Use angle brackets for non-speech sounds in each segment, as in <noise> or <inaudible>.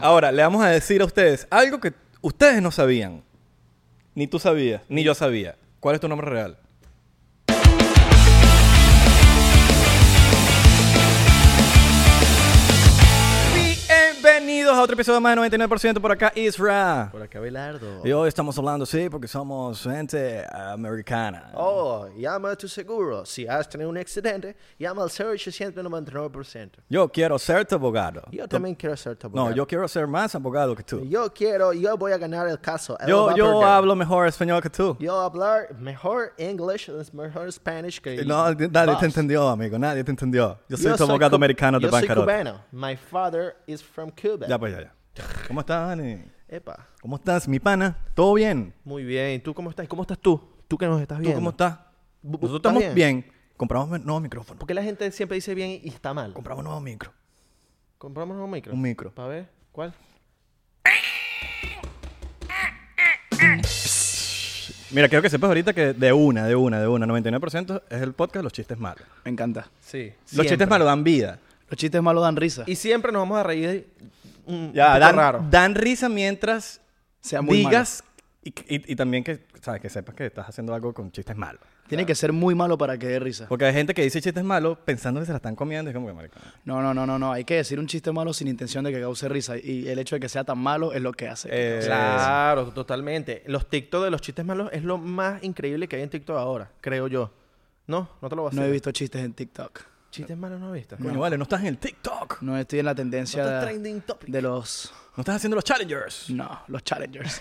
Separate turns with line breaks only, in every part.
Ahora, le vamos a decir a ustedes algo que ustedes no sabían. Ni tú sabías, ni yo sabía. ¿Cuál es tu nombre real? Bienvenidos a otro episodio más de 99% por acá, Isra.
Por acá, Belardo.
Y hoy estamos hablando, sí, porque somos gente americana.
Oh, llama a tu seguro. Si has tenido un accidente, llama al 0800-99%.
Yo quiero ser tu abogado.
Yo también quiero ser tu abogado.
No, yo quiero ser más abogado que tú.
Yo quiero, yo voy a ganar el caso. Él va
Yo,
a
yo
perder.
hablo mejor español que tú.
Yo hablar mejor inglés, mejor Spanish que...
No, nadie
vos.
te entendió, amigo. Nadie te entendió. Yo soy
Yo
tu abogado
cu-
americano de
Yo soy
bancarrota.
cubano. My father is from Cuba.
Ya, pues, ya, ya. ¿Cómo estás, Dani?
Epa.
¿Cómo estás, mi pana? ¿Todo bien?
Muy bien. ¿Tú cómo estás? ¿Cómo estás tú? ¿Tú que nos estás
¿Tú
viendo?
cómo estás?
Bu-
Nosotros
¿estás
estamos bien.
bien?
Compramos un nuevo micrófono.
Porque la gente siempre dice bien y está mal.
Compramos un nuevo micro.
Compramos un micro.
Un micro.
Para ver, ¿cuál?
Mira, quiero que sepas ahorita que de una, de una, de una, 99% es el podcast Los Chistes Malos.
Me encanta.
Sí.
Los Chistes Malos dan vida.
Los chistes malos dan risa.
Y siempre nos vamos a reír de un, un
Ya,
poco
dan,
raro.
dan risa mientras
Sea muy
digas y, y- y también que, sabes, que sepas que estás haciendo algo con chistes malos.
Tiene que ser muy malo para que dé risa.
Porque hay gente que dice chistes malos pensando que se la están comiendo y es como que, marica,
No, no, no, no, no. Hay que decir un chiste malo sin intención de que cause risa. Y el hecho de que sea tan malo es lo que hace. que
Eh,
cause-
Claro, totalmente. Los TikTok de los chistes malos es lo más increíble que hay en TikTok ahora, creo yo. No, no te lo voy a hacer.
no he visto chistes en TikTok.
¿Chistes malos no he visto?
coño, vale, no estás en el TikTok.
No estoy en la
No
tendencia
estás trending topic.
de los.
No estás haciendo los challengers.
No, los challengers.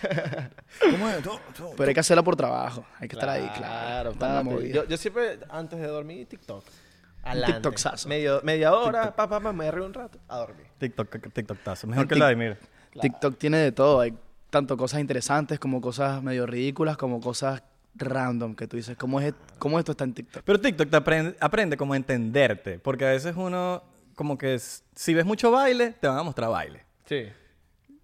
¿Cómo es? Tú- tú-
Pero hay que hacerlo por trabajo. Hay que estar ahí, claro. Está la
papi.
movida.
Yo, yo siempre, antes de dormir, TikTok. Adelante.
TikToksazo.
Medio- media hora, papá, pa, pa, me río un rato, a dormir.
TikTok, TikTokazo. Mejor
En
que
tic-
la de mira.
TikTok tiene de todo. Hay tanto cosas interesantes como cosas medio ridículas, como cosas random que tú dices, ¿cómo, es, e-?" cómo esto está en TikTok?
Pero TikTok te aprende, aprende como a entenderte. Porque a veces uno, como que es- si ves mucho baile, te van a mostrar baile.
Sí.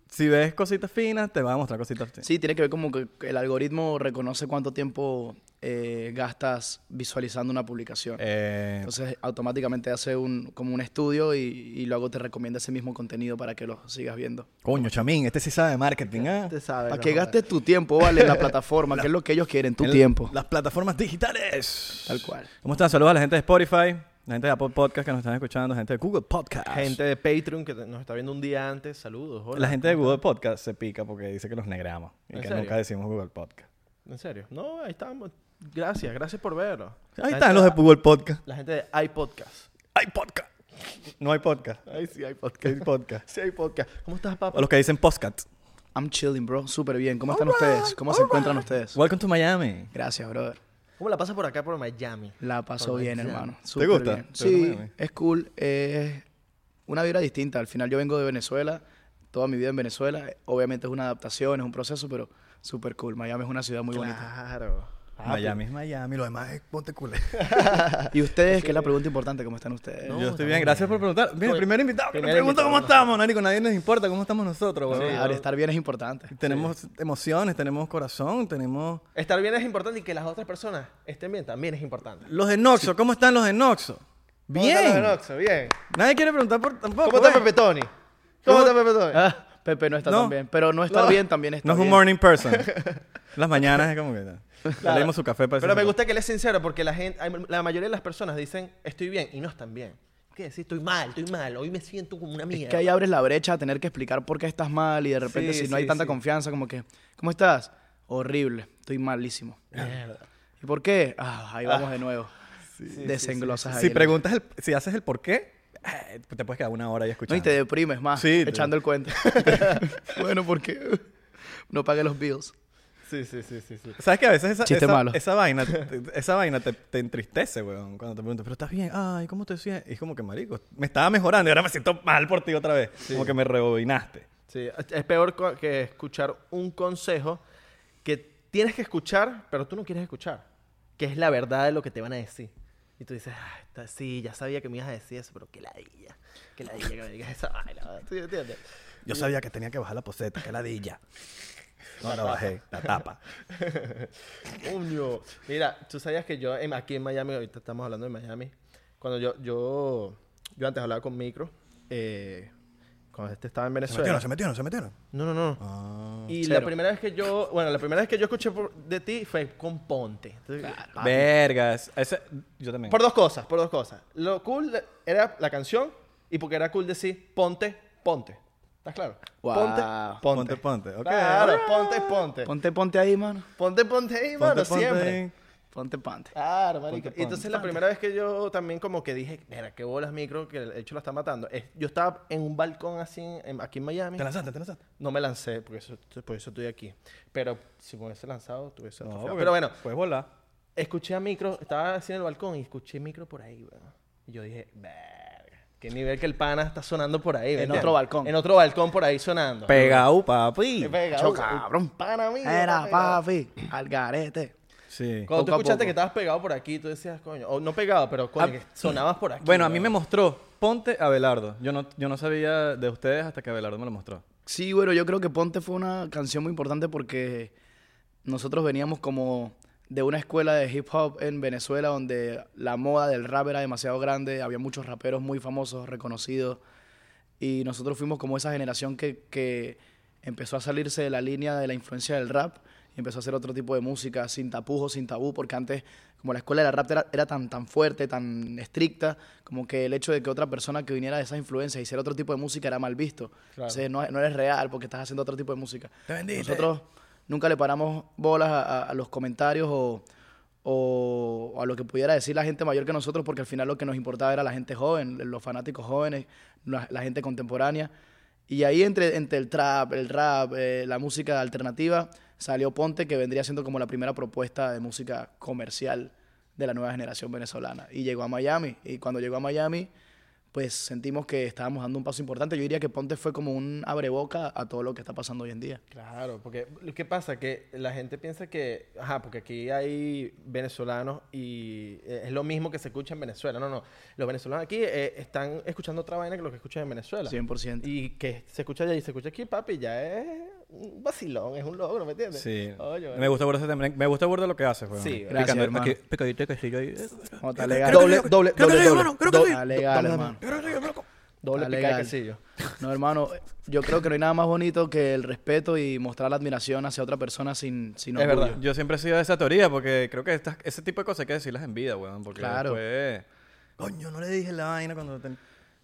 Si ves cositas finas, te van a mostrar cositas finas.
este.
Sí, tiene que ver como que el algoritmo reconoce cuánto tiempo eh, gastas visualizando una publicación.
Eh,
Entonces automáticamente hace un, como un estudio y, y luego te recomienda ese mismo contenido para que lo sigas viendo.
coño, chamín, este sí sabe de marketing, ¿ah?
Te sabes.
Para
¿no?
que gastes tu tiempo, ¿vale? En la
<laughs>
plataforma, que es lo que ellos quieren, tu
En
tiempo.
Las plataformas digitales.
Tal cual.
¿Cómo están? Saludos a la gente de Spotify, la gente de Apple Podcast que nos están escuchando, gente de Google Podcast.
Gente de Patreon que te- nos está viendo un día antes, saludos. hola.
La gente de Google Podcast se pica porque dice que los negramos y
¿En
que
serio?
nunca decimos Google Podcast.
En serio. No, ahí estamos. Gracias, gracias por verlo.
Ahí
La
están
gente-
los de Google Podcast.
La gente de iPodcast.
Hay podcast. No hay podcast.
Ahí sí hay
Hay
podcast.
podcast.
<laughs> Sí hay podcast. ¿Cómo estás,
O
papá?
los que dicen podcast.
I'm chilling, bro. Súper bien. ¿Cómo están ustedes? ¿Cómo se encuentran ustedes?
Welcome to Miami.
Gracias, brother.
¿Cómo la pasas por acá, por Miami?
La pasó bien, hermano.
¿Te gusta?
bien.
¿Te gusta
Sí,
Miami?
es cool. Es una vibra distinta. Al final yo vengo de Venezuela, toda mi vida en Venezuela. Obviamente es una adaptación, es un proceso, pero súper cool. Miami es una ciudad muy bonita.
Claro. Papi.
Miami es Miami, lo demás es ponte culé.
¿Y ustedes? que es la pregunta importante. ¿Cómo están ustedes?
<laughs>
Eh,
No,
Yo estoy
estamos
bien, gracias por preguntar. Mira,
Coño,
primer invitado que nos
primer
pregunta
invitado,
cómo
¿no?
estamos, Narico. Nadie nos importa cómo estamos nosotros,
Claro,
weón.
Sí, yo-
estar bien es importante.
Tenemos emociones, tenemos corazón, tenemos.
Estar bien es importante y que las otras personas estén bien también es importante.
Los de Noxo, ¿cómo están los de Noxo?
¿Cómo están
Bien.
los de Noxo? Bien.
Nadie quiere preguntar por tampoco. pues.
¿Cómo está
weón.
Pepe Tony? ¿Cómo está Pepe Tony?
Ah, Pepe no está
Eh. No.
tan bien. Pero no estar
No.
bien también está
No es un
bien.
morning person. Las mañanas es como que. Le dimos su café para
Pero me
decirlo.
gusta que él es sincero porque la gente, hay- la mayoría de las personas dicen estoy bien y no están bien. ¿Qué decir? Estoy mal, estoy mal, hoy me siento como una
Es
mierda.
que ahí abres la brecha a tener que explicar por qué estás mal y de repente
Sí,
si no
sí,
hay tanta
sí.
confianza como que, ¿cómo estás? Horrible, estoy malísimo.
Mierda.
¿Y por qué? Ah, ahí vamos de nuevo. Desenglosas ahí.
Si
el-
preguntas, el- si haces el por qué, eh, te puedes quedar una hora ahí
No,
escuchando.
y te deprimes más
Sí, te-
echando el cuento. <laughs> bueno, porque no pagué los bills.
Sí, sí, sí, sí, sí.
¿Sabes que a veces esa,
Chiste
esa-
malo.
esa vaina, esa vaina te, te entristece, weón? Cuando te preguntan, pero estás bien, ay, ¿cómo te sientes? Y es como que, marico, me estaba mejorando y ahora me siento mal por ti otra vez. Como que me rebobinaste.
Sí, es peor co- que escuchar un consejo que tienes que escuchar, pero tú no quieres escuchar, que es la verdad de lo que te van a decir. Y tú dices, "Ah, esta- sí, ya sabía que me ibas a decir eso, pero qué ladilla, qué ladilla que me digas esa vaina. ¿Tú entiendes?
Yo sabía que tenía que bajar la poseta, que ladilla. No la bajé, la tapa.
Coño. Mira, tú sabías que yo en- aquí en Miami, ahorita estamos hablando de Miami, cuando yo, yo, yo antes hablaba con Micro, eh, cuando este estaba en
Se
Venezuela.
metieron, se metieron, se metieron.
No, no, no.
Ah.
y
Cero.
la primera vez que yo, bueno, la primera vez que yo escuché por- de ti fue con Ponte. Entonces,
Vergas. Ese- yo también.
Por dos cosas, por dos cosas. Lo cool de- era la canción y porque era cool decir ponte, ponte. ¿Estás claro?
Wow.
Ponte, ponte.
Ponte, ponte. Ok.
Claro,
alright.
ponte, ponte.
Ponte, ponte ahí, mano.
Ponte, ponte ahí, mano,
Ponte, ponte
siempre.
ahí.
Ponte, ponte.
Claro, marico.
Ponte,
Y Entonces
ponte,
la
ponte.
primera vez que yo también como que dije, mira, qué bolas micro, que el hecho la está matando. Es- yo estaba en un balcón así, en- aquí en Miami.
Te lanzaste, te lanzaste.
No me lancé, porque eso, por eso estoy aquí. Pero si me hubiese lanzado, tuviese
No,
atrofiado.
porque
Pero bueno,
Puedes volar.
Escuché a micro, estaba así en el balcón y escuché micro por ahí, weón. Y yo dije, verga, qué nivel que el pana está sonando por ahí, ¿me
En
entiendes?
otro balcón.
En otro balcón por ahí sonando.
Pegao, papi.
Eh, pega,
Chao,
uh,
cabrón.
Pana mío.
Era,
pegado.
papi. Al garete.
Sí.
Cuando
Poco
tú
a
escuchaste
poco.
que estabas pegado por aquí, tú decías, coño, o no pegado, pero coño,
Ah,
que sonabas por aquí.
Bueno, a mí me
weón.
mostró Ponte Abelardo. Yo no, yo no sabía de ustedes hasta que Abelardo me lo mostró.
Sí, bueno, yo creo que Ponte fue una canción muy importante porque nosotros veníamos como de una escuela de hip hop en Venezuela donde la moda del rap era demasiado grande, había muchos raperos muy famosos, reconocidos, y nosotros fuimos como esa generación que, que empezó a salirse de la línea de la influencia del rap y empezó a hacer otro tipo de música sin tapujos, sin tabú, porque antes como la escuela de la rap era, era tan, tan fuerte, tan estricta, como que el hecho de que otra persona que viniera de esas influencias y hiciera otro tipo de música era mal visto.
Claro.
Entonces no, no eres real porque estás haciendo otro tipo de música.
Te vendiste.
Nosotros nunca le paramos bolas a, a- a los comentarios o, o- o a lo que pudiera decir la gente mayor que nosotros, porque al final lo que nos importaba era la gente joven, los fanáticos jóvenes, la, la gente contemporánea. Y ahí entre, entre el trap, el rap, eh, la música alternativa, salió Ponte, que vendría siendo como la primera propuesta de música comercial de la nueva generación venezolana. Y llegó a Miami. Y cuando llegó a Miami, pues sentimos que estábamos dando un paso importante. Yo diría que Ponte fue como un abreboca a todo lo que está pasando hoy en día.
Claro, porque lo que pasa que la gente piensa que, ajá, porque aquí hay venezolanos y eh, es lo mismo que se escucha en Venezuela. No, no. Los venezolanos aquí eh, están escuchando otra vaina que lo que escuchan en Venezuela.
100%.
Y que se escucha allá y se escucha aquí, papi, ya es un vacilón, es un logro, ¿me entiendes?
Sí.
Oye,
me gusta burda ese también. Me gusta burda lo que haces, weón.
Sí,
Picando-
gracias, hermano.
aquí, picadito de quesillo ahí.
No, está
Creo
legal.
que-
Doble-
creo que-
doble-
creo que
doble-
sí,
doble-
hermano, creo que
doble-
sí.
Está legal,
Dame la
hermano.
Creo que sí, loco.
doble picada
está
de
legal.
quesillo.
No, hermano, yo creo que no hay nada más bonito que el respeto y mostrar la admiración hacia otra persona sin, sin
Es
orgullo.
verdad.
Yo siempre he sido de esa teoría porque creo que estas- ese tipo de cosas hay que decirlas en vida, weón. Porque
Claro.
después- Coño, no le dije la vaina cuando... ten-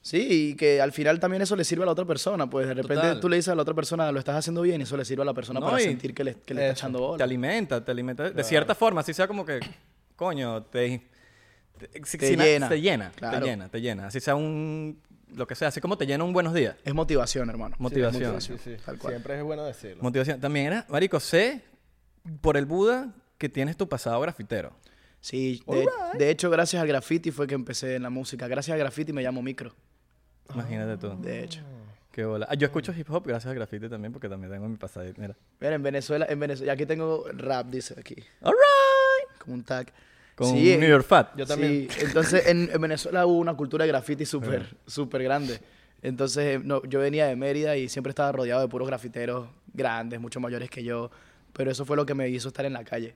Sí, y que al final también eso le sirve a la otra persona. Pues de repente
Total.
tú le dices a la otra persona, lo estás haciendo bien, y eso le sirve a la persona
No,
para
y-
sentir que le, que le está
eso,
echando
Te
bola.
alimenta, te alimenta. De cierta forma, así sea como que, coño, te, te, si-
Te
si na-
llena,
Te llena,
claro.
te llena, te llena. Así sea un, lo que sea, así como te llena un buenos días.
Es motivación, hermano.
Motivación.
es
Sí,
motivación,
sí.
Tal cual.
Siempre es bueno decirlo.
Motivación. También era, marico, sé por el Buda que tienes tu pasado grafitero.
Sí, de, de hecho, gracias al graffiti fue que empecé en la música. Gracias al graffiti me llamo Micro,
Imagínate tú.
de hecho.
Qué bola. Ah, Yo escucho hip hop gracias al grafite también porque también tengo mi pasadito. Mira.
Mira, en Venezuela, en Venezuela, aquí tengo rap, dice aquí,
All right.
como un tag.
Con
Sí, eh,
New York Fat.
Yo también.
Sí, entonces en, en Venezuela hubo una cultura de graffiti súper, súper grande. Entonces eh, no, yo venía de Mérida y siempre estaba rodeado de puros grafiteros grandes, mucho mayores que yo. Pero eso fue lo que me hizo estar en la calle.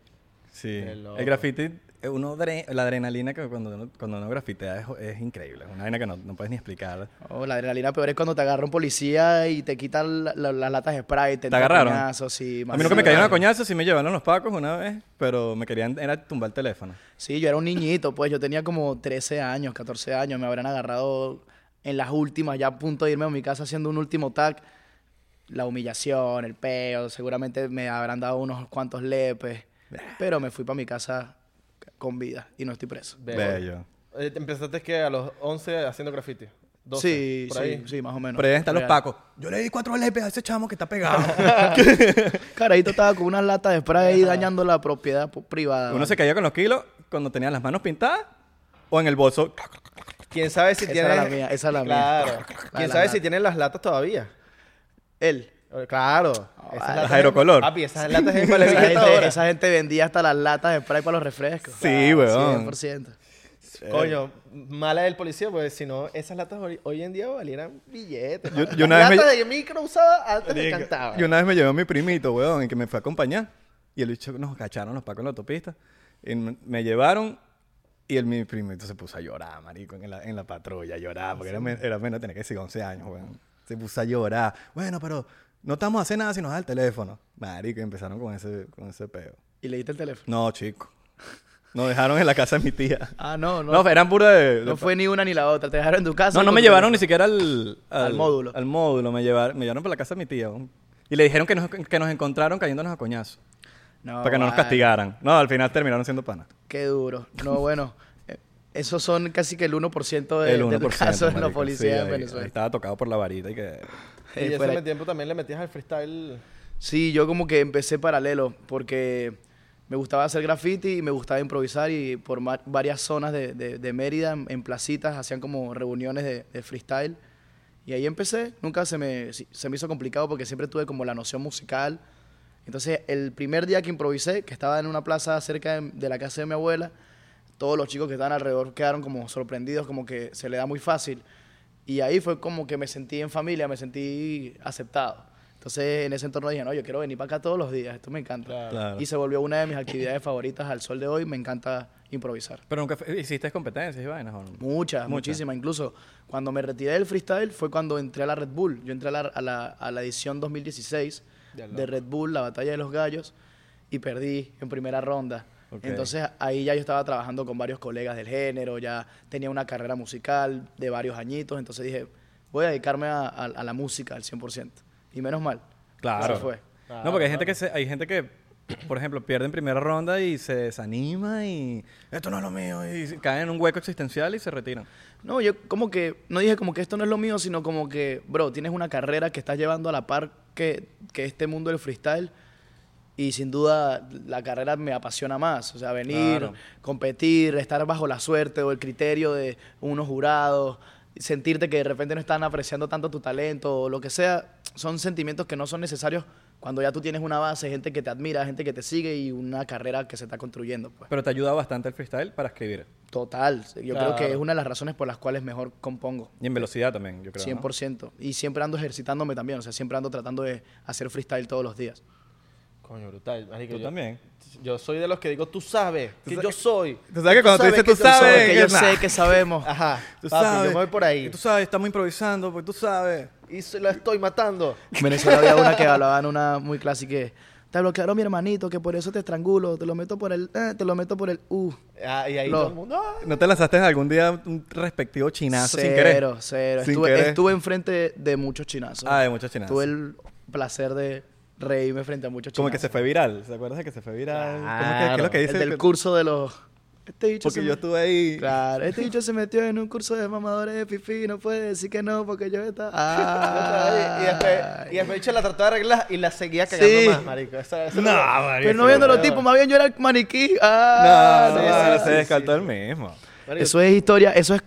Sí.
Qué loco.
El grafite, eh, uno dre- la adrenalina que cuando uno, cuando uno grafitea es, es increíble. Es una vaina que no, no puedes ni explicar.
Oh, la adrenalina peor es cuando te agarra un policía y te quitan la- la- las latas de spray. Te,
¿Te
entra
agarraron?
coñazos, sí,
A mí nunca me
masivo.
cayeron a coñazos sí me llevaron los pacos una vez, pero me querían era tumbar el teléfono.
Sí, yo era un niñito, pues yo tenía como 13 años, 14 años, me habrán agarrado en las últimas, ya a punto de irme a mi casa haciendo un último tag. La humillación, el peo, seguramente me habrán dado unos cuantos lepes, pero me fui para mi casa con vida y no estoy preso.
Bello.
Eh, te Empezaste que a los 11 haciendo graffiti. 12,
sí,
por
sí,
ahí.
sí, más o menos.
Pero ahí están los
Real.
pacos. Yo le di cuatro lepes a ese chamo que está pegado.
Carajito estaba con unas latas de spray ahí dañando la propiedad pu- privada.
uno
mano.
se caía con los kilos cuando tenía las manos pintadas o en el bolso.
¿Quién sabe si
Esa
tienes...
era la mía, esa era la mía.
Claro.
La de
¿Quién
las
sabe si
latas.
tienes las latas todavía?
Él.
Eh, Claro.
vale.
latas-
Las aerocolor.
Papi,
<laughs>
esas latas es para
Esa
el
gente,
ahora.
esa gente vendía hasta las latas de spray para los refrescos.
Sí, weón.
100%.
Coño, mala del policía, porque si no, esas latas hoy, hoy en día valieran billetes.
Yo-
¿no?
yo una
Las
vez me-
latas de micro usada antes me encantaba.
Y una vez me llevó mi primito, weón, y que me fue a acompañar. Y el bicho nos cacharon los pacos en la autopista. Y m- me llevaron y el mi primito se puso a llorar, marico, en la, en la patrulla, a llorar, porque era, men- era menos, tenía que decir 11 años, weón. Se puso a llorar. Bueno, pero no estamos a hacer nada si nos da el teléfono. Marico, y empezaron con ese, con ese peo.
Y le diste el teléfono.
No, chico. Nos dejaron en la casa de mi tía.
Ah, no, no.
No, eran puras de...
no
de-
fue ni una ni la otra. Te dejaron en tu
No,
casa.
no
con
me
tu
llevaron ni siquiera
teléfono.
al,
Al módulo.
Al módulo, me llevaron, me llevaron para la casa de mi tía. weón. Y le dijeron que nos, que nos encontraron cayéndonos a coñazo.
No,
para que no nos
Ah, vale.
castigaran. No, al final terminaron siendo panas.
Qué duro. No, bueno. eh, Esos son casi que el 1% de,
el 1%.
de los casos de la
marico,
policía
sí,
en
ahí-
Venezuela.
ahí Estaba tocado por la varita y que...
Eh,
Y
fuera-
ese tiempo también le metías al freestyle.
Sí, yo como que empecé paralelo porque me gustaba hacer graffiti y me gustaba improvisar y por ma- varias zonas de, de- de Mérida, en, en placitas, hacían como reuniones de, de freestyle. Y ahí empecé, nunca se me, si- se me hizo complicado porque siempre tuve como la noción musical. Entonces, el primer día que improvisé, que estaba en una plaza cerca de, de la casa de mi abuela, todos los chicos que estaban alrededor quedaron como sorprendidos, como que se le da muy fácil. Y ahí fue como que me sentí en familia, me sentí aceptado. Entonces, en ese entorno dije, no, yo quiero venir para acá todos los días, esto me encanta.
Claro.
Claro.
Y se volvió una de mis actividades favoritas al sol de hoy, me encanta improvisar.
Pero nunca fue- hiciste competencias y vainas, ¿o no?
Muchas,
Muchas.
muchísimas. Incluso cuando me retiré del freestyle fue cuando entré a la Red Bull. Yo entré a la, a la- a la edición 2016
Ya
de Red Bull, la batalla de los gallos, y perdí en primera ronda.
Ok.
Entonces ahí ya yo estaba trabajando con varios colegas del género, ya tenía una carrera musical de varios añitos, entonces dije, voy a dedicarme a, a- a la música al 100%. Y menos mal.
Claro.
Eso fue.
no, porque hay gente que se- hay gente que, por ejemplo, pierde en primera ronda y se desanima y esto no es lo mío y se- caen en un hueco existencial y se retiran.
No, yo como que, no dije como que esto no es lo mío, sino como que, bro, tienes una carrera que estás llevando a la par que, que este mundo del freestyle y sin duda la carrera me apasiona más. O sea, venir,
Claro.
competir, estar bajo la suerte o el criterio de unos jurados, sentirte que de repente no están apreciando tanto tu talento o lo que sea, son sentimientos que no son necesarios cuando ya tú tienes una base, gente que te admira, gente que te sigue y una carrera que se está construyendo. Pues.
Pero te ayuda bastante el freestyle para escribir.
Total, yo creo que
Claro.
es una de las razones por las cuales mejor compongo.
Y en velocidad también, yo creo. ¿no?
100%. Y siempre ando ejercitándome también, o sea, siempre ando tratando de hacer freestyle todos los días.
Coño, brutal. marico,
Tú
yo-
también.
Yo soy de los que digo, tú sabes que
sabes
yo
que-
soy.
tú sabes que cuando tú dices, "Tú sabes",
Sabes que
que
yo
nah.
sé
<laughs>
que sabemos.
Ajá.
Tú
papi,
sabes,
Yo me voy por ahí.
Tú sabes, estamos improvisando, pues tú sabes.
Y se la estoy matando.
En Venezuela había una que hablaban una muy clásica que te bloquearon mi hermanito, que por eso te estrangulo, te lo meto por el, eh, te lo meto por el U.
Ah, y ahí
Lo-
todo el mundo. "Ah".
¿No te lanzaste algún día un respectivo chinazo sin querer?
cero, cero.
Sin
estuve,
querer.
estuve enfrente de, de muchos chinazos.
Ah, de muchos chinazos.
Tuve el placer de reírme frente a muchos
Como
chinazos.
que se fue viral. ¿Se acuerdas de que se fue viral? ¿Cómo que- ¿Qué es lo que
El
dice?
del
Que-
curso de los... Este bicho
Porque
se
yo
me-
estuve ahí. <laughs>
Claro, este bicho se metió en un curso de mamadores de pipí, no puede decir que no porque yo
<laughs>
estaba.
Y después, y después el bicho la trató de arreglar y la seguía cagando
Sí.
más, marico. Esa- esa-
No, marico.
Pero no viendo los
Peor.
tipos, más bien yo era el maniquí. Ah,
No,
sí,
no,
sí,
no,
sí.
se descartó el mismo.
Marico,
Eso es historia, eso es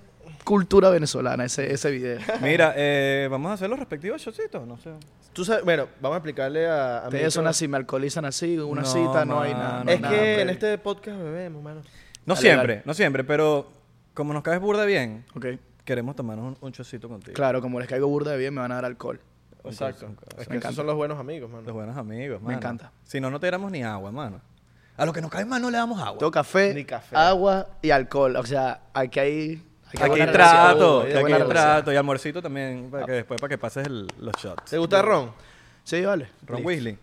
cultura venezolana, ese,
<laughs>
ese video.
Mira, eh, vamos a hacer los respectivos shotcitos, no sé.
Tú sabes, bueno, vamos a explicarle a, a
Ustedes son
Micro.
así, me alcoholizan así, una
No,
cita, no hay
mano,
nada. no hay
Es
nada,
que en
previo.
este podcast bebemos, mano.
No
Dale,
siempre,
dale.
no siempre, pero como nos caes burda bien,
Ok,
queremos tomarnos un, un chocito contigo.
claro, como les caigo burda de bien, me van a dar alcohol.
Exacto. Es que esos
encanta.
son los buenos amigos,
Los
mano.
buenos amigos, mano.
encanta.
Si no, no te damos ni agua, mano. A los que nos caes mal no le damos agua.
Tengo café,
Ni café.
agua y alcohol. O sea, aquí hay.
Aquí
buena
hay
buena
trato,
relación,
que
qué
aquí
buena
hay
relación.
trato y almuercito también, para que después para que pases el- los shots.
¿Te gusta el ron?
Sí, vale.
Ron Weasley.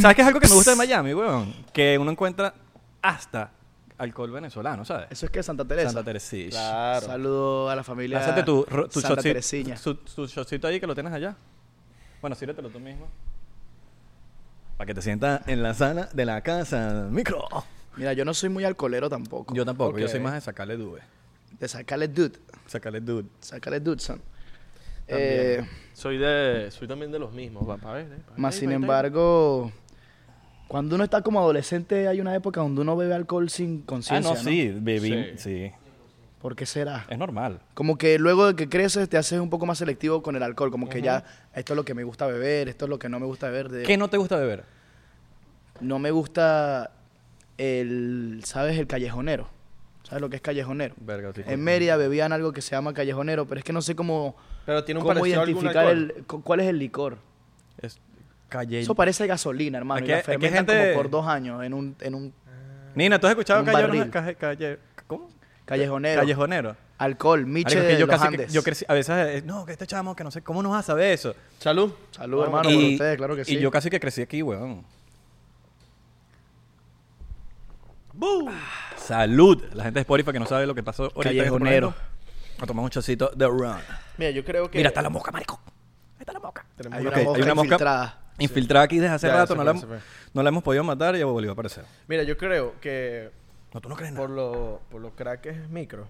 ¿Sabes qué es algo que me gusta de Miami, weón? Que uno encuentra hasta alcohol venezolano, ¿sabes?
Eso es que Santa Teresa.
Santa Teresish.
Saludo a la familia.
Lánzate tu, ro- tu
Santa
shotcito,
Teresiña.
tu, tu shotcito ahí que lo tienes allá. Bueno, sírvetelo tú mismo. Para que te sientas en la sala de la casa, micro.
Mira, yo no soy muy alcoholero tampoco.
Yo tampoco, yo
Ok.
soy más de sacarle dube.
De sacarle dude.
Sacarle dude.
Sacarle dude, son. Eh,
Soy de. Soy también de los mismos, papá. ¿ves? ¿eh?
más
Ahí,
sin
ahí, ahí.
embargo, cuando uno está como adolescente, hay una época donde uno bebe alcohol sin
Ah,
conciencia.
no, sí, bebí,
Sí.
sí.
¿Por qué será?
Es normal.
Como que luego de que creces te haces un poco más selectivo con el alcohol. Como que ya, esto es lo que me gusta beber, esto es lo que no me gusta beber. de-
¿Qué no te gusta beber?
No me gusta el, ¿sabes? El callejonero. ¿Sabes lo que es callejonero?
Verga, sí.
En Mérida bebían algo que se llama callejonero, pero es que no sé cómo,
Pero tiene un
cómo
parecido a algún
identificar
alcohol.
el, cu- cuál es el licor.
Es calle.
Eso parece gasolina, hermano.
Aquí
y la
hay- aquí hay
fermentan
gente-
como por dos años en un, en un
Nina, ¿tú has escuchado
Un
callejones-
barril.
calle, calle, ¿cómo?
callejonero.
Callejonero.
Alcohol, Miche
Marico, es que
de
yo
los
casi,
Andes.
yo crecí, a veces, eh, no, que este chamo, que no sé, ¿cómo nos vas a saber eso?
Salud.
Salud,
Vamos.
hermano, por ustedes, claro que sí.
Y yo casi que crecí aquí, weón. Ah, Salud. La gente de Spotify que no sabe lo que pasó ahorita. en este
Callejonero.
momento. A tomar un chocito de run.
Mira, yo creo que.
Mira, está la mosca, marico. Ahí está la mosca.
Tenemos
Hay
una
Ok,
una mosca
hay una mosca
infiltrada.
infiltrada aquí desde hace
Ya,
rato.
se
No
fue,
la,
se
hemos-
fue.
no la hemos podido matar y ya volvió a aparecer.
Mira, yo creo que
No, tú no crees nada.
por lo, por lo crack que es micro,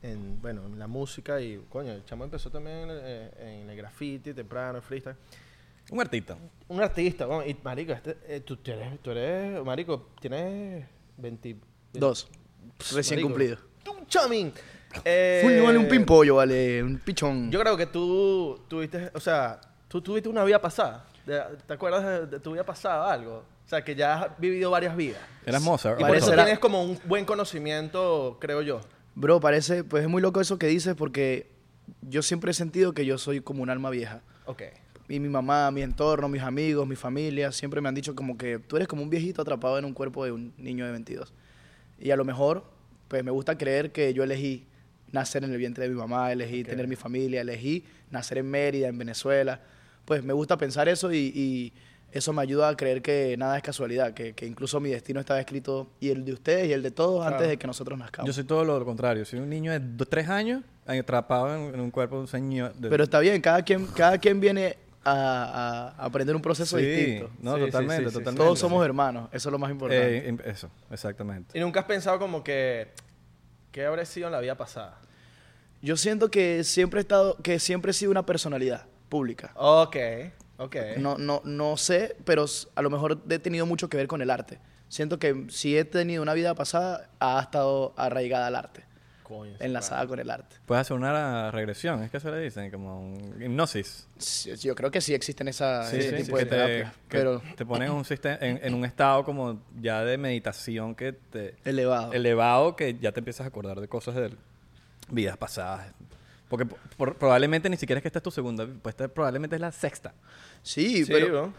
en, bueno, en la música y, coño, el chamo empezó también en el, eh, en el graffiti temprano, el freestyle.
Un artista.
Un artista, vamos, y marico, este, eh, tú, tú eres, tú eres, marico, tienes 20...
Dos. Recién
marico.
cumplido.
¡Un chamín! Eh,
Fuño, vale un pimpollo, vale un pichón.
Yo creo que tú tuviste, o sea, tú tuviste una vida pasada. De- ¿Te acuerdas de, de tu vida pasada o algo? O sea, que ya has vivido varias vidas.
Eras Mozart.
Y por
Parece
eso
la-
tienes como un buen conocimiento, creo yo.
Bro, parece, pues es muy loco eso que dices porque yo siempre he sentido que yo soy como un alma vieja.
Ok.
Y mi mamá, mi entorno, mis amigos, mi familia, siempre me han dicho como que tú eres como un viejito atrapado en un cuerpo de un niño de 22. Y a lo mejor, pues me gusta creer que yo elegí nacer en el vientre de mi mamá, elegí
Ok.
tener mi familia, elegí nacer en Mérida, en Venezuela. Pues me gusta pensar eso y, y eso me ayuda a creer que nada es casualidad, que, que incluso mi destino estaba escrito y el de ustedes y el de todos antes
Claro.
de que nosotros nazcamos.
Yo soy todo lo contrario. Soy un niño de do- tres años atrapado en, en un cuerpo de un señor. de-
Pero está bien, cada quien, cada quien viene a, a aprender un proceso
Sí,
distinto.
No,
Sí, sí,
totalmente,
sí, sí, sí.
totalmente.
Todos somos hermanos, eso es lo más importante.
Eh, em- eso, exactamente.
¿Y nunca has pensado como que, qué habré sido en la vida pasada?
Yo siento que siempre he estado, que siempre he sido una personalidad pública.
Ok, ok.
No, no, no sé, pero s- a lo mejor he tenido mucho que ver con el arte. Siento que si he tenido una vida pasada, ha estado arraigada al arte,
Coño, sí,
enlazada con el arte.
Puedes hacer una regresión, es que eso le dicen, como un hipnosis.
Sí, Yo creo que sí existen
Ah,
esa,
Sí,
ese
sí,
tipo
que
de
te-
terapias,
que
pero
te ponen en un, sistema, en, en un estado como ya de meditación que te
elevado.
elevado que ya te empiezas a acordar de cosas de vidas pasadas. Porque po- por- probablemente ni siquiera es que esta es tu segunda, pues esta probablemente es la sexta.
Sí,
Sí,
pero
bro.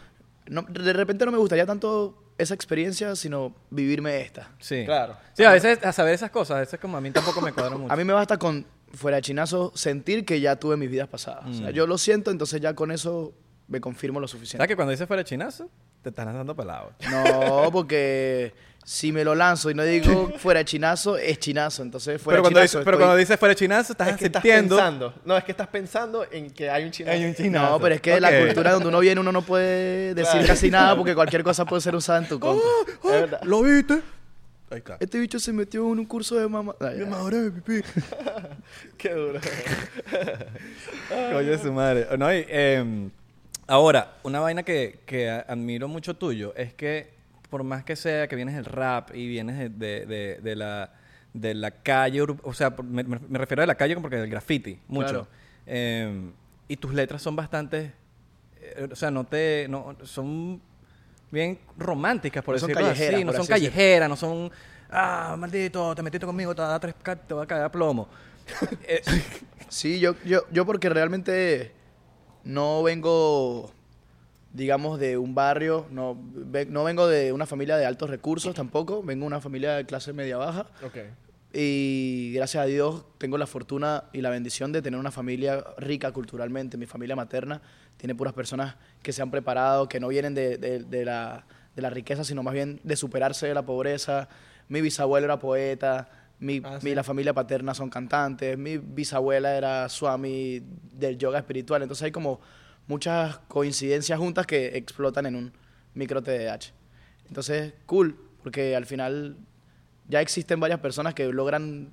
no- de repente no me gustaría tanto esa experiencia, sino vivirme esta.
Sí.
Claro.
Sí, a veces a saber esas cosas, a veces como a mí tampoco me cuadra mucho.
A mí me basta con, fuera de chinazo, sentir que ya tuve mis vidas pasadas. O sea,
Mm.
yo lo siento, entonces ya con eso me confirmo lo
¿Sabes
suficiente.
que cuando dices fuera chinazo, te estás lanzando pelado?
No, porque si me lo lanzo y no digo
<laughs>
fuera de chinazo, es chinazo. Entonces fuera
pero cuando,
chinazo.
dices, pero
estoy-
cuando dices fuera chinazo, estás
Es que estás
aceptando-
pensando. No, es que estás pensando en que hay un chino.
Hay un chinazo.
No, pero es que la
Ok.
cultura donde uno viene uno no puede decir
Claro.
casi nada porque cualquier cosa puede ser usada en
<laughs>
tu contra.
Es verdad.
¡Ah! ¿Lo viste? Ahí está.
Este bicho se metió en un curso de mamá. Ay, ay.
<laughs> Qué duro.
Coño de su madre. No, y, eh, ahora, una vaina que, que a- admiro mucho tuyo es que, por más que sea que vienes del rap y vienes de, de- de- de la, de la calle, ur- o sea, por- me, me- me refiero a la calle porque del graffiti, mucho.
Claro.
Eh, y tus letras son bastante. eh, o sea, no te. No, son bien románticas, por
No son
decirlo
callejeras,
así. No
por
son
así decirlo.
callejeras, no son. Ah, maldito, te metiste conmigo, te va a dar tres ca- te va a caer a
<laughs>
plomo. Eh,
Sí, yo, yo, yo porque realmente no vengo, digamos, de un barrio, no, ve- no vengo de una familia de altos recursos tampoco, vengo de una familia de clase media baja
ok.
y gracias a Dios tengo la fortuna y la bendición de tener una familia rica culturalmente. Mi familia materna tiene puras personas que se han preparado, que no vienen de, de- de la, de la riqueza, sino más bien de superarse de la pobreza. Mi bisabuelo era poeta, mi,
Ah,
mi-
sí.
la familia paterna son cantantes, mi bisabuela era swami del yoga espiritual. Entonces hay como muchas coincidencias juntas que explotan en un micro TDAH. Entonces, cool, porque al final ya existen varias personas que logran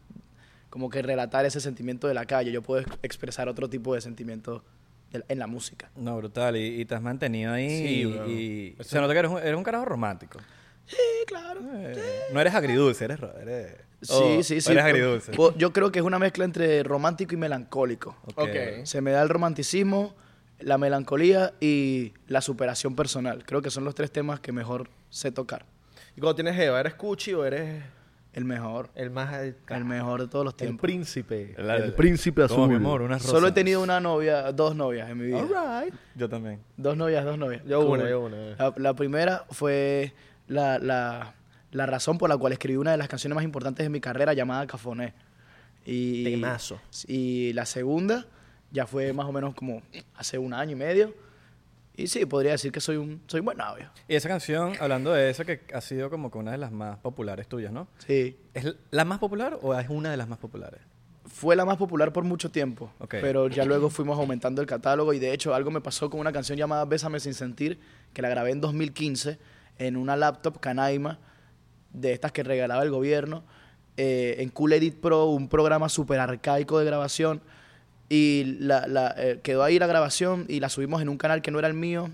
como que relatar ese sentimiento de la calle. Yo puedo ex- expresar otro tipo de sentimiento de la- en la música.
No, brutal. Y, y te has mantenido ahí.
Sí,
y-
bro.
y,
Eso-
se nota que eres un, eres un carajo romántico.
Sí, claro.
Eh, no eres agridulce, eres... ro- eres
Sí,
o-
sí,
o Oh,
sí. Pues,
Eres
Po-
agridulce.
po- Yo creo que es una mezcla entre romántico y melancólico.
Ok.
Se me da el romanticismo, la melancolía y la superación personal. Creo que son los tres temas que mejor sé tocar.
¿Y cuando tienes Eva, eres cuchi o eres
El mejor,
el más... El,
el mejor de todos los
el
tiempos.
príncipe.
La-
el príncipe azul.
Toma, mi amor, unas rosas.
Solo he tenido una novia, dos novias en mi vida.
All right.
Yo también.
Dos novias, dos novias.
Yo
Cool.
una, yo una.
Ah.
La, la primera fue la, la- la razón por la cual escribí una de las canciones más importantes de mi carrera llamada Cafoné. Y,
Temazo.
Y la segunda ya fue más o menos como hace un año y medio. Y sí, podría decir que soy un, soy un buen novio.
Y esa canción, hablando de eso, que ha sido como que una de las más populares tuyas, ¿no?
Sí.
¿Es la más popular o es una de las más populares?
Fue la más popular por mucho tiempo,
Ok.
pero ya luego fuimos aumentando el catálogo y de hecho algo me pasó con una canción llamada Bésame sin sentir, que la grabé en 2015 en una laptop Canaima, de estas que regalaba el gobierno, eh, en Cool Edit Pro, un programa súper arcaico de grabación, y la, la, eh, quedó ahí la grabación y la subimos en un canal que no era el mío,